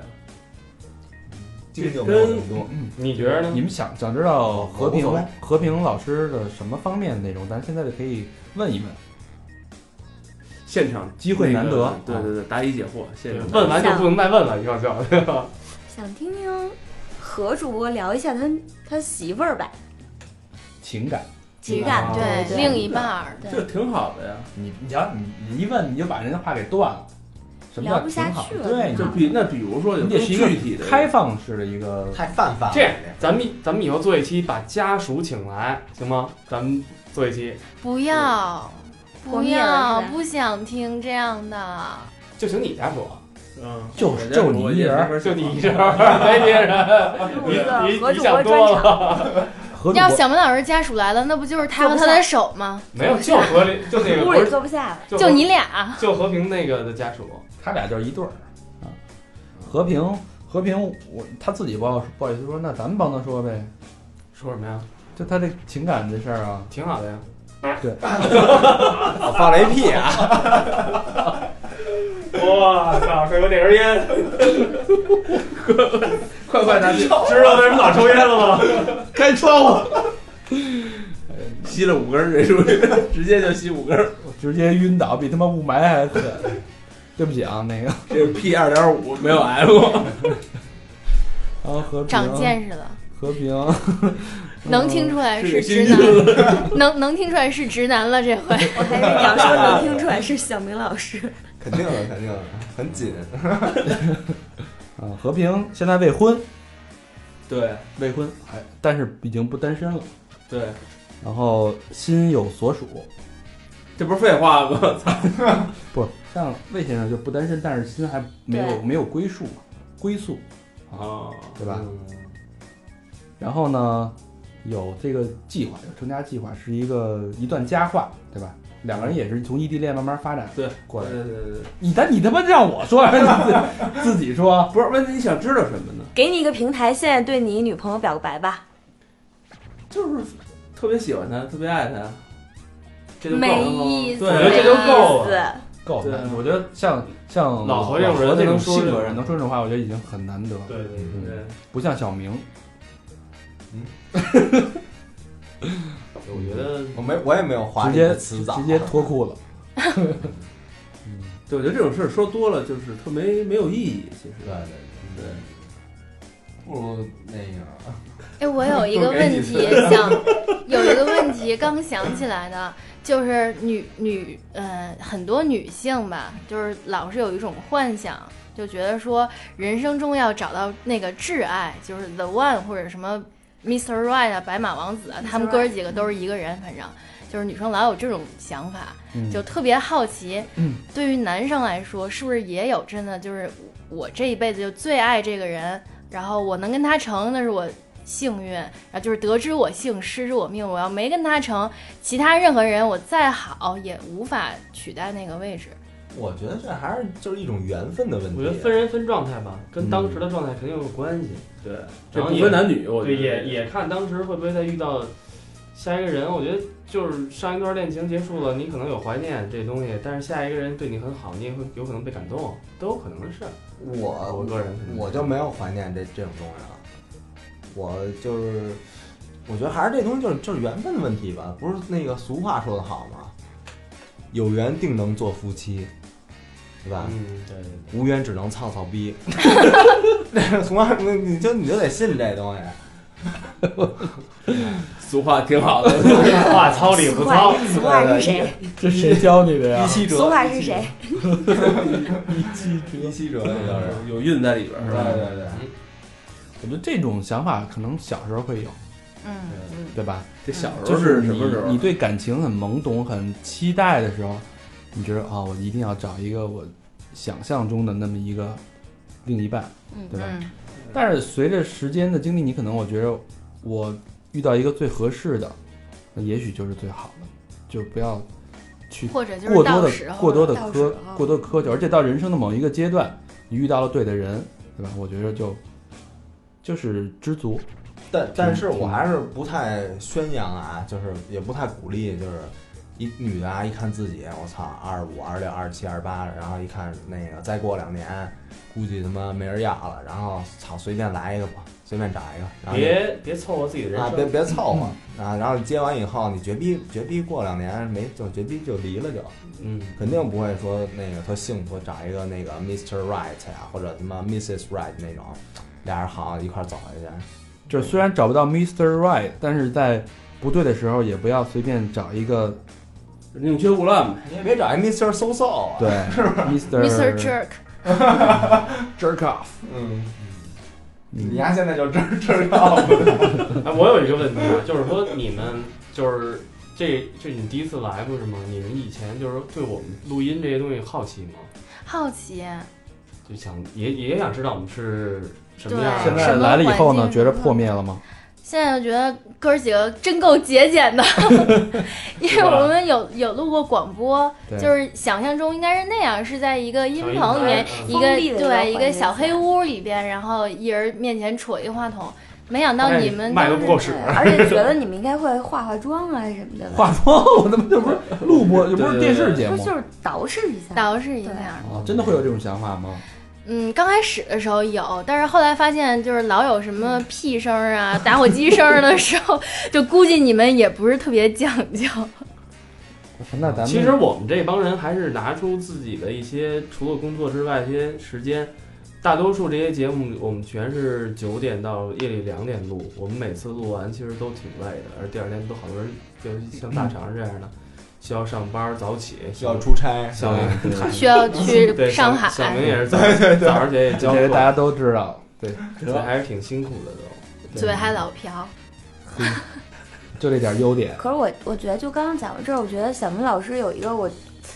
S3: 经就没有那么
S2: 嗯
S3: 多。
S4: 你觉得
S2: 你
S4: 呢？
S2: 们想想知道和平
S3: 我无所谓
S2: 和平老师的什么方面内容，咱现在就可以问一问。
S7: 现场
S2: 机会难得啊
S7: 那个对对对，答疑解惑，现
S2: 嗯
S7: 场
S4: 问完就不能再问了，你知道吗？
S6: 想听听何主播聊一下他他媳妇儿吧，
S2: 情感，
S6: 情感
S4: 啊
S5: 对，
S6: 哦对
S5: 另一半儿
S7: 这挺好的呀。
S2: 你你瞧，你你一问你就把人家话给断了。什么
S6: 聊
S2: 叫
S6: 不
S2: 挺
S6: 下
S2: 好
S6: 去了
S2: 对，
S7: 就
S5: 嗯
S2: 就
S7: 比那比如说有
S2: 你得是一
S7: 具体
S2: 个
S7: 的
S2: 开放式的一个
S3: 太泛泛了。
S4: 这样，咱们咱们以后做一期，把家属请来，行吗？咱们做一期，
S5: 不要，不
S6: 我灭了
S5: 要
S6: 是，吧
S5: 不想听这样的。
S4: 就请你家属，
S7: 嗯，
S2: 就是就你一人儿，
S4: 就你一人儿，没别人。你你
S6: 何
S4: 你
S6: 主
S4: 想
S6: 播专
S4: 多
S6: 场，
S4: 了，
S2: 何主
S5: 要
S2: 播
S5: 小明老师家属来了，那不就是他和他的手吗？
S4: 没 有，就和就那个
S6: 屋
S4: 不
S6: 里
S4: 是
S6: 坐不下了。
S4: 就
S5: 就
S4: 和
S5: 你俩，
S4: 就和平那个的家属，
S2: 他俩就是一对儿啊。和平和平，我他自己不好不好意思说，那咱们帮他说呗，
S4: 说什么呀？
S2: 就他这情感这事儿啊，
S4: 挺好的呀。
S3: 我放了一屁啊！
S4: 我操，快给我点根烟！
S7: 快快拿去
S4: 知道为什么老抽烟了吗？
S7: 开窗户。吸了五根儿，这属于直接就吸五根儿，
S2: 直接晕倒，比他妈雾霾还狠。 对不起啊，那个，
S7: 这是 P 二点五没有 M，
S2: 然后和平
S5: 长见识了，
S2: 和平，
S5: 能听出来
S7: 是
S5: 是
S7: 个
S5: 直
S7: 新
S5: 男，
S7: 军。
S5: 能能听出来是直男了这回。
S6: 我还以为你要说能听出来是小明老师，
S3: 肯定的，肯定的，很紧。
S2: 啊，和平现在未婚，
S7: 对
S2: 未婚，哎，但是已经不单身了，
S7: 对，
S2: 然后心有所属，
S7: 这不是废话吗？
S2: 不像魏先生就不单身，但是心还没有
S6: 对
S2: 没有归宿，归宿，
S7: 啊，
S3: 哦
S2: 对吧？然后呢，有这个计划，有成家计划，是一个一段佳话，对吧？两个人也是从异地恋慢慢发展
S7: 对
S2: 过来的。
S7: 对对对，
S2: 你但你他妈让我说， 还是你自自己说，
S7: 不是问题，你想知道什么呢？
S6: 给你一个平台，现在对你女朋友表个白吧。
S7: 就是特别喜欢他，特别爱他，这就够
S5: 没
S7: 了吗
S5: 意思
S7: 对，
S4: 我觉得这就够了。
S6: 对，
S2: 够
S7: 对
S2: 了。我觉得像像
S4: 老何这种人
S2: 老何这
S4: 能
S2: 种
S4: 说
S2: 性
S4: 这
S2: 格
S4: 种
S2: 人能说这种话，我觉得已经很难得了。
S4: 对对对对，
S2: 不像小明，
S4: 我觉得
S3: 我没，我也没有华
S2: 直
S3: 丽的
S2: 接
S3: 辞藻，啊
S2: 直接脱裤 子。
S7: 对，我觉得这种事儿说多了就是特没没有意义，其实
S3: 对。对
S7: 对，
S3: 对，不如那啊个
S5: 哎，我 有一个
S7: 多给你
S5: 问题想，有一个问题刚想起来的，就是女女呃，很多女性吧，就是老是有一种幻想，就觉得说人生中要找到那个挚爱，就是 the one 或者什么 Mr. Right 啊、白马王子啊，他们
S6: Mr.
S5: 哥几个都是一个人，反正就是女生老有这种想法。
S2: 嗯
S5: 就特别好奇，
S2: 嗯
S5: 对于男生来说，是不是也有真的就是我这一辈子就最爱这个人，然后我能跟他成，那是我幸运，然后就是得知我幸，失之我命。我要没跟他成，其他任何人我再好也无法取代那个位置。
S3: 我觉得这还是就是一种缘分的问题。
S4: 我觉得分人分状态吧，跟当时的状态肯定有关系。
S7: 对，这
S4: 然后
S7: 不
S4: 也
S7: 分男女，我觉
S4: 对，
S7: 得
S4: 也也看当时会不会再遇到下一个人。我觉得就是上一段恋情结束了，你可能有怀念这东西，但是下一个人对你很好，你也会有可能被感动，都有可能的事儿。
S3: 啊我
S4: 我个人可能
S3: 我就没有怀念这这种东西了，我就是我觉得还是这东西就是就是缘分的问题吧，不是那个俗话说的好吗？有缘定能做夫妻，对吧？
S4: 嗯，对对对。
S3: 无缘只能操操 逼。那俗话，那你就你就得信这东西。
S7: 俗话挺好的。
S4: 话糙理不
S6: 俗
S4: 糙
S6: 话，俗话是谁？
S2: 嗯这谁教你的呀
S3: 一？七折，
S6: 俗话是谁？
S3: 一七
S7: 嗯
S3: 折，这就是。
S7: 有有韵在里边儿，是
S3: 对
S7: 吧？
S3: 对对，
S2: 我觉得这种想法可能小时候会有，
S5: 嗯嗯，
S2: 对吧？
S7: 这小时
S2: 就
S7: 候是
S2: 你
S7: 什么时候？
S2: 你对感情很懵懂、很期待的时候，你觉得啊，我一定要找一个我想象中的那么一个另一半。
S5: 嗯
S2: 对吧
S5: 嗯
S2: 但是随着时间的经历，你可能我觉得我遇到一个最合适的，那也许就是最好的，就不要去
S5: 或者就是
S2: 过多
S5: 到
S2: 的
S5: 时候
S2: 过多的
S6: 到时
S2: 苛
S6: 候
S2: 过多的苛求，而且到人生的某一个阶段，你遇到了对的人，对吧？我觉得就就是知足，
S3: 但但是我还是不太宣扬啊，就是也不太鼓励，就是一女的啊，一看自己，我操，二十五、二十六、二十七、二十八，然后一看那个再过两年，估计他妈没人要了，然后操，随便来一个吧，随便找一个，然后就
S4: 别别凑合自己的人
S3: 啊，
S4: 生。
S3: 别别凑合、啊，然后接完以后，你绝逼绝逼过两年没就绝逼就离了就，
S4: 嗯，
S3: 肯定不会说那个特幸福找一个那个 Mr. Right 呀、或者他妈 Mrs. Right 那种，俩人好一块儿走下去。
S2: 就是虽然找不到 Mr. Right，但是在不对的时候也不要随便找一个
S7: 宁缺毋滥呗。
S3: 你也别找一 Mr. So So 啊。
S2: 对，Mr.
S5: Mr. Jerk，
S3: ，jerk off。嗯，你丫现在就 jerk jerk
S4: 哎，我有一个问题啊，就是说你们就是这这是你第一次来不是吗？你们以前就是对我们录音这些东西好奇吗？
S5: 好奇，
S4: 就想也也想知道我们是什么样
S5: 对
S2: 现
S4: 的。
S2: 在来了以后呢，觉得破灭了吗？
S5: 现在就觉得哥儿几个真够节俭的，因为我们有有录过广播，
S2: 对，
S5: 就是想象中应该是那样，是在一个音棚里面，
S4: 小
S5: 一
S6: 棚
S5: 个
S6: 里的
S5: 对一
S6: 环
S5: 个
S6: 境
S5: 小
S6: 下
S5: 黑屋里边，然后一人面前杵一个话筒。没想到
S4: 哎
S5: 你们
S4: 卖
S5: 都
S4: 都不
S5: 是
S4: 够使
S6: 对， 而且觉得你们应该会化化妆啊什么的吧，
S2: 化妆，我他妈这不是 录播，这不是电视节
S6: 不
S2: 目
S6: 是就是捯饬一下，
S5: 捯饬一
S6: 对
S5: 下。
S2: 啊？真的会有这种想法吗？
S5: 嗯，刚开始的时候有，但是后来发现就是老有什么屁声儿啊、打火机声儿的时候，就估计你们也不是特别讲究。
S2: 那咱们
S4: 其实我们这帮人还是拿出自己的一些除了工作之外一些时间，大多数这些节目我们全是九点到夜里两点录，我们每次录完其实都挺累的，而第二天都好多人，就是像
S2: 嗯
S4: 大肠这样的，需要上班早起，
S3: 需要出差，
S4: 小明
S5: 需要去
S4: 对
S5: 上海，
S4: 小明也是早早上起来也
S2: 这
S4: 教
S2: 个大
S4: 课，
S2: 家都知道，对，
S4: 所以还是挺辛苦的都。
S5: 嘴还老瓢。
S2: 就这点优点，
S6: 可是我我觉得就刚刚讲到这儿，我觉得小明老师有一个我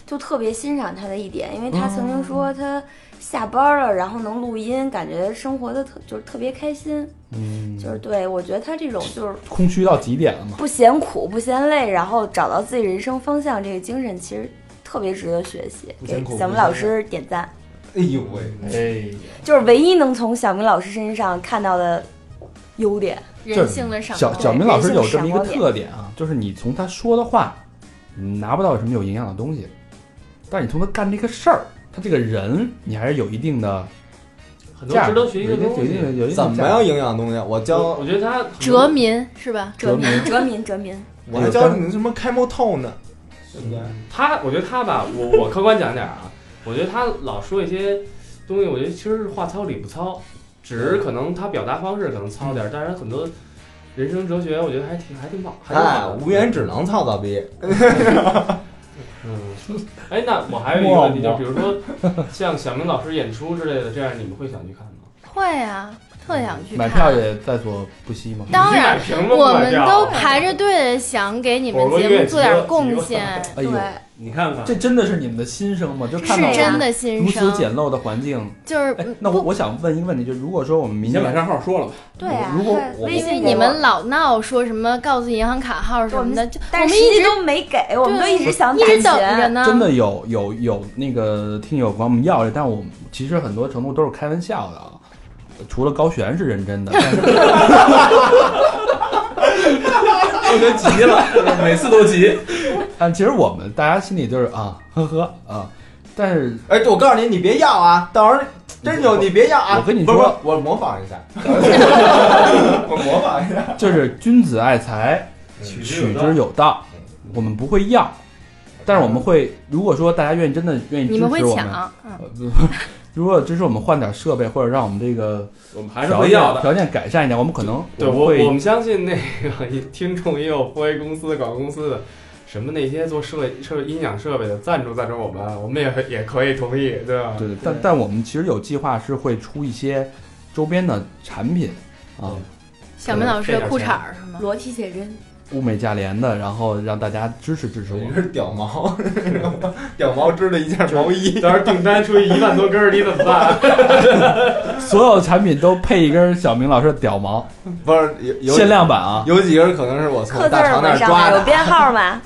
S6: 就特别欣赏他的一点，因为他曾经说他下班了，然后能录音，感觉生活的特就是特别开心，
S2: 嗯，
S6: 就是对我觉得他这种就是
S2: 空虚到极点了嘛。
S6: 不嫌苦不嫌累，然后找到自己人生方向这个精神，其实特别值得学习，
S3: 不
S6: 给
S3: 嫌苦
S6: 小明老师点赞。
S3: 哎呦喂，
S7: 哎，
S6: 就是唯一能从小明老师身上看到的优点，
S5: 人性的赏
S2: 小
S5: 光
S2: 小明老师有这么一个
S6: 人性闪
S2: 特点啊，就是你从他说的话，你拿不到什么有营养的东西，但是你从他干这个事儿，他这个人，你还是有一定的
S4: 很多
S2: 价值，
S4: 值得学习
S2: 有
S4: 的
S2: 一定有
S4: 东
S2: 一定的
S4: 西。
S2: 有一定的
S3: 怎么
S2: 价值
S3: 样营养东西？我教
S4: 我觉得他很多
S5: 哲民是吧？
S2: 哲民
S6: 哲民哲民，
S3: 我还教你什么开 o 透呢？对不对？
S4: 他，我觉得他吧，我我客观讲点儿啊，我觉得他老说一些东西，我觉得其实是话糙理不糙，只是可能他表达方式可能糙点儿，但是很多人生哲学，我觉得还挺还挺棒，还挺
S3: 哎，
S4: 好的
S3: 无缘只能操操逼。
S4: 嗯，哎，那我还有一个问题，就比如说像小明老师演出之类的，这样你们会想去看吗？
S5: 会啊，特想去
S2: 买票
S5: 看。
S2: 也在所不惜嘛。
S5: 当然
S4: 你是买屏幕
S5: 我
S4: 买
S5: 们
S4: 票
S5: 都排着队想给你
S4: 火
S5: 们
S4: 锅
S5: 节
S4: 乐
S5: 目做
S4: 集
S5: 点
S4: 合
S5: 贡
S4: 集合
S5: 献，
S2: 哎呦，
S7: 你看看，
S2: 这真的是你们的心声吗？就是看到
S5: 真的心
S2: 如此
S5: 声。
S2: 简陋的环境，
S5: 就是
S2: 哎
S5: 不，
S2: 那我我想问一个问题，就如果说我们
S7: 你
S2: 明
S7: 先把
S2: 天晚上，
S7: 账号说了吧。
S6: 对啊，
S2: 如果
S6: 快
S2: 我
S6: 微
S5: 因为
S6: 信
S5: 你
S6: 给我
S5: 们老闹说什么告诉银行卡号什么的，就
S6: 但
S5: 我
S6: 是
S5: 们
S6: 实
S5: 一
S6: 际
S5: 直
S6: 都没给，我们都
S5: 对
S6: 一直想
S5: 一直
S6: 打
S5: 等
S6: 钱
S5: 着呢。
S2: 真的有有有那个听友管我们要这，但我们其实很多程度都是开玩笑的啊。除了高璇是认真的，但是
S7: 我都急了，每次都急。
S2: 但其实我们大家心里就是啊，呵呵啊。但是
S3: 哎，我告诉你，你别要啊！到时候真有你别要啊！
S2: 我跟你
S3: 不是
S2: 说，
S3: 不是我模仿一下，我模仿一下。
S2: 就是君子爱财，
S4: 取
S2: 取之有道
S3: 嗯。
S2: 我们不会要，但是我们会，如果说大家愿意真的愿意支
S5: 你
S2: 持我
S5: 们会
S2: 们，
S5: 抢，嗯，
S2: 呃不如果支持我们换点设备，或者让我们这个
S7: 我们还是
S2: 条
S7: 会
S2: 件
S7: 要的。
S2: 条件改善一点，我们可能
S4: 对
S2: 我
S4: 我，
S2: 们
S4: 我
S2: 会
S4: 们相信那个听众也有播音公司、广告公司的，什么那些做设设音响设备的赞助赞助我们，我们也也可以同意，对吧？
S2: 对对，但但我们其实有计划是会出一些周边的产品啊，
S5: 小明老师
S4: 这
S5: 的
S4: 点
S5: 裤
S4: 钱
S5: 衩儿是吗？
S6: 裸体写真，
S2: 物美价廉的，然后让大家支持支持我
S3: 你
S2: 们。
S3: 是屌毛， 屌毛织的一件毛衣，
S4: 到时候订单出去一万多根儿，你怎么办？
S2: 所有产品都配一根小明老师的屌毛，
S3: 不是有
S2: 限
S3: 有
S2: 量版啊，
S3: 有几根可能是我
S6: 刻
S3: 从
S6: 字
S3: 大
S6: 儿
S3: 肠那
S6: 吗？
S3: 儿
S6: 上
S3: 抓
S6: 面
S3: 的
S6: 有。编 号吗？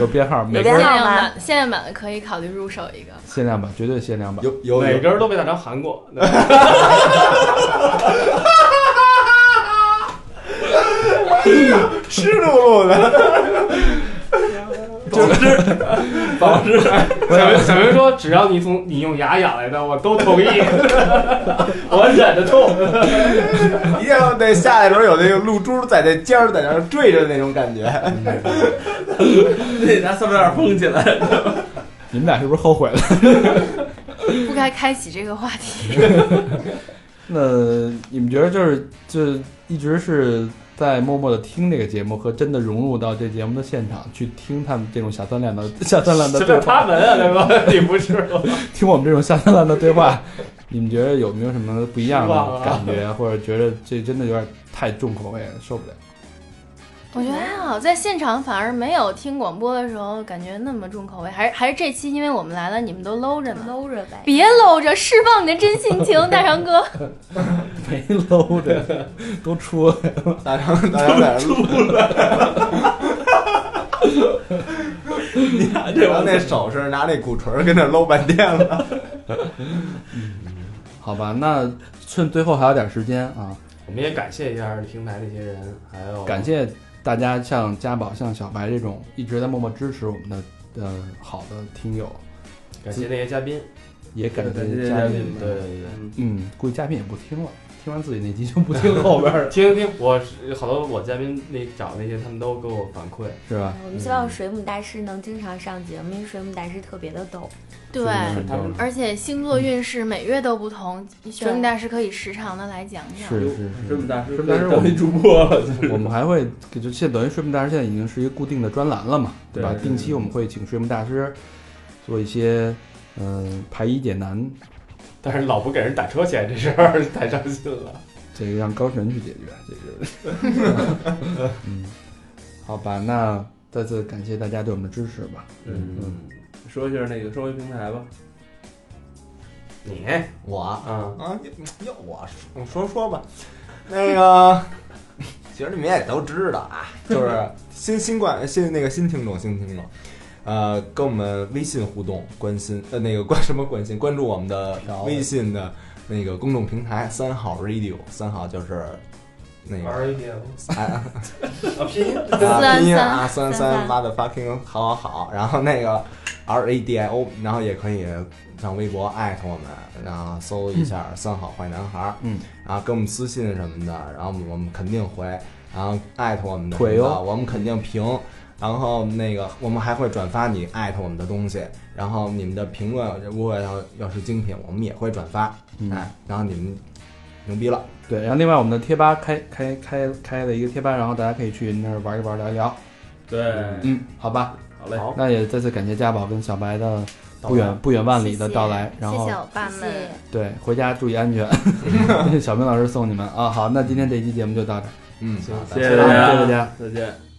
S2: 有编号，每
S6: 有
S2: 根儿
S6: 编号
S5: 限量
S6: 吗
S5: 版，限量版的可以考虑入手一个。
S2: 限量版，绝对限量版。
S3: 有有
S4: 每
S3: 有
S4: 根儿都被大张喊过，对吧
S3: 湿漉漉的，
S7: 保持
S4: 小明小明说：“只要你从你用牙咬来的，我都同意， 我忍着 痛。
S3: 一定要得下来的时候有那个露珠在那尖儿在那儿坠着那种感觉。
S7: 得拿塑料袋封起来。
S2: 你们俩是不是后悔了？
S5: 不该开启这个话题。
S2: 那你们觉得就是就一直是在默默的听这个节目和真的融入到这节目的现场去听他们这种下三滥的下三滥的
S4: 什
S2: 对
S4: 么
S2: 话，
S4: 他们啊，对吧？ 你不是 吗？
S2: 听我们这种下三滥的对话，你们觉得有没有什么不一样的感觉，啊或者觉得这真的有点太重口味了，受不了？
S5: 我觉得还好，在现场反而没有听广播的时候感觉那么重口味，还是还是这期，因为我们来了，你们都搂着呢，
S6: 搂着呗。
S5: 别搂着，释放你的真性情，大长哥。
S2: 没搂着，都出来了
S3: 大张大张在这录，
S7: 你看这
S3: 然后
S7: 我
S3: 那手势拿那鼓槌跟那搂半天了。
S2: 好吧，那趁最后还有点时间啊，
S4: 我们也感谢一下平台那些人，还有
S2: 感谢大家像家宝、像小白这种一直在默默支持我们的呃好的听友，
S4: 感谢那些嘉宾，
S2: 也感
S7: 感谢
S2: 谢
S7: 嘉
S2: 嘉
S7: 宾
S2: 宾
S4: 对对对。
S2: 嗯，估计嘉宾也不听了，听完自己那集就不听后边了，
S4: 听听，我是好多我嘉宾那找那些，他们都给我反馈，
S2: 是吧？
S6: 我们希望水母大师能经常上节目，因为水母大师特别的逗。
S5: 对，
S2: 是
S4: 他们
S5: 而且星座运势每月都不同，玄武大师可以时常的来讲讲。
S2: 是是
S7: 这么
S2: 是，
S7: 大师，
S2: 这么大师我
S7: 当一主播了，就是
S2: 我们还会就现在等于睡梦大师现在已经是一个固定的专栏了嘛，对吧？
S7: 对
S2: 定期我们会请睡梦大师做一些嗯排疑解难，
S4: 但是老不给人打车钱这事儿 太伤心了。
S2: 这个让高璇去解决，这是。 嗯，好吧，那再次感谢大家对我们的支持吧。
S7: 嗯，说一下那个收费平台吧，
S4: 你
S3: 我啊，
S7: 嗯
S4: 啊，
S3: 要我说我说说吧， 那个。 其实你们也都知道啊， 就是新新冠新那个新听众新听众，呃，跟我们微信互动，关心呃那个关什么关心，关注我们的微信的那个公众平台三号 radio，三号就是那个
S4: 玩一遍，
S3: 哎
S4: 啊，拼 音
S3: 啊，
S5: 三
S3: 拼音
S5: 三
S3: 啊，三
S6: 三
S3: 三妈的 fucking 好好好，然后那个 R A D I O，然后也可以上微博艾特我们，然后搜一下三好坏男孩儿，
S2: 嗯，
S3: 然后给我们私信什么的，然后我们肯定回，然后艾特我们的
S2: 腿哦哟
S3: 频道我们肯定评。然后那个，我们还会转发你艾特我们的东西，然后你们的评论如果要要是精品，我们也会转发，
S2: 嗯
S3: 哎，然后你们牛逼了，
S2: 对，然后另外我们的贴吧开开开开了一个贴吧，然后大家可以去那儿玩一玩聊一聊。
S7: 对，
S2: 嗯，好吧，
S7: 好嘞，
S4: 好，
S2: 那也再次感谢家宝跟小白的不
S4: 到
S2: 远
S4: 了
S2: 不远万里的
S6: 谢谢
S2: 到来，然
S5: 谢
S2: 后
S5: 谢我爸们，
S6: 谢
S2: 对回家注意安 全，小明老师送你们啊。好，那今天这期节目就到这儿，
S3: 嗯，
S4: 行
S3: 好
S7: 谢
S3: 的
S7: 谢
S2: 好
S7: 大
S2: 谢
S7: 家，
S2: 谢大家。
S7: 再见。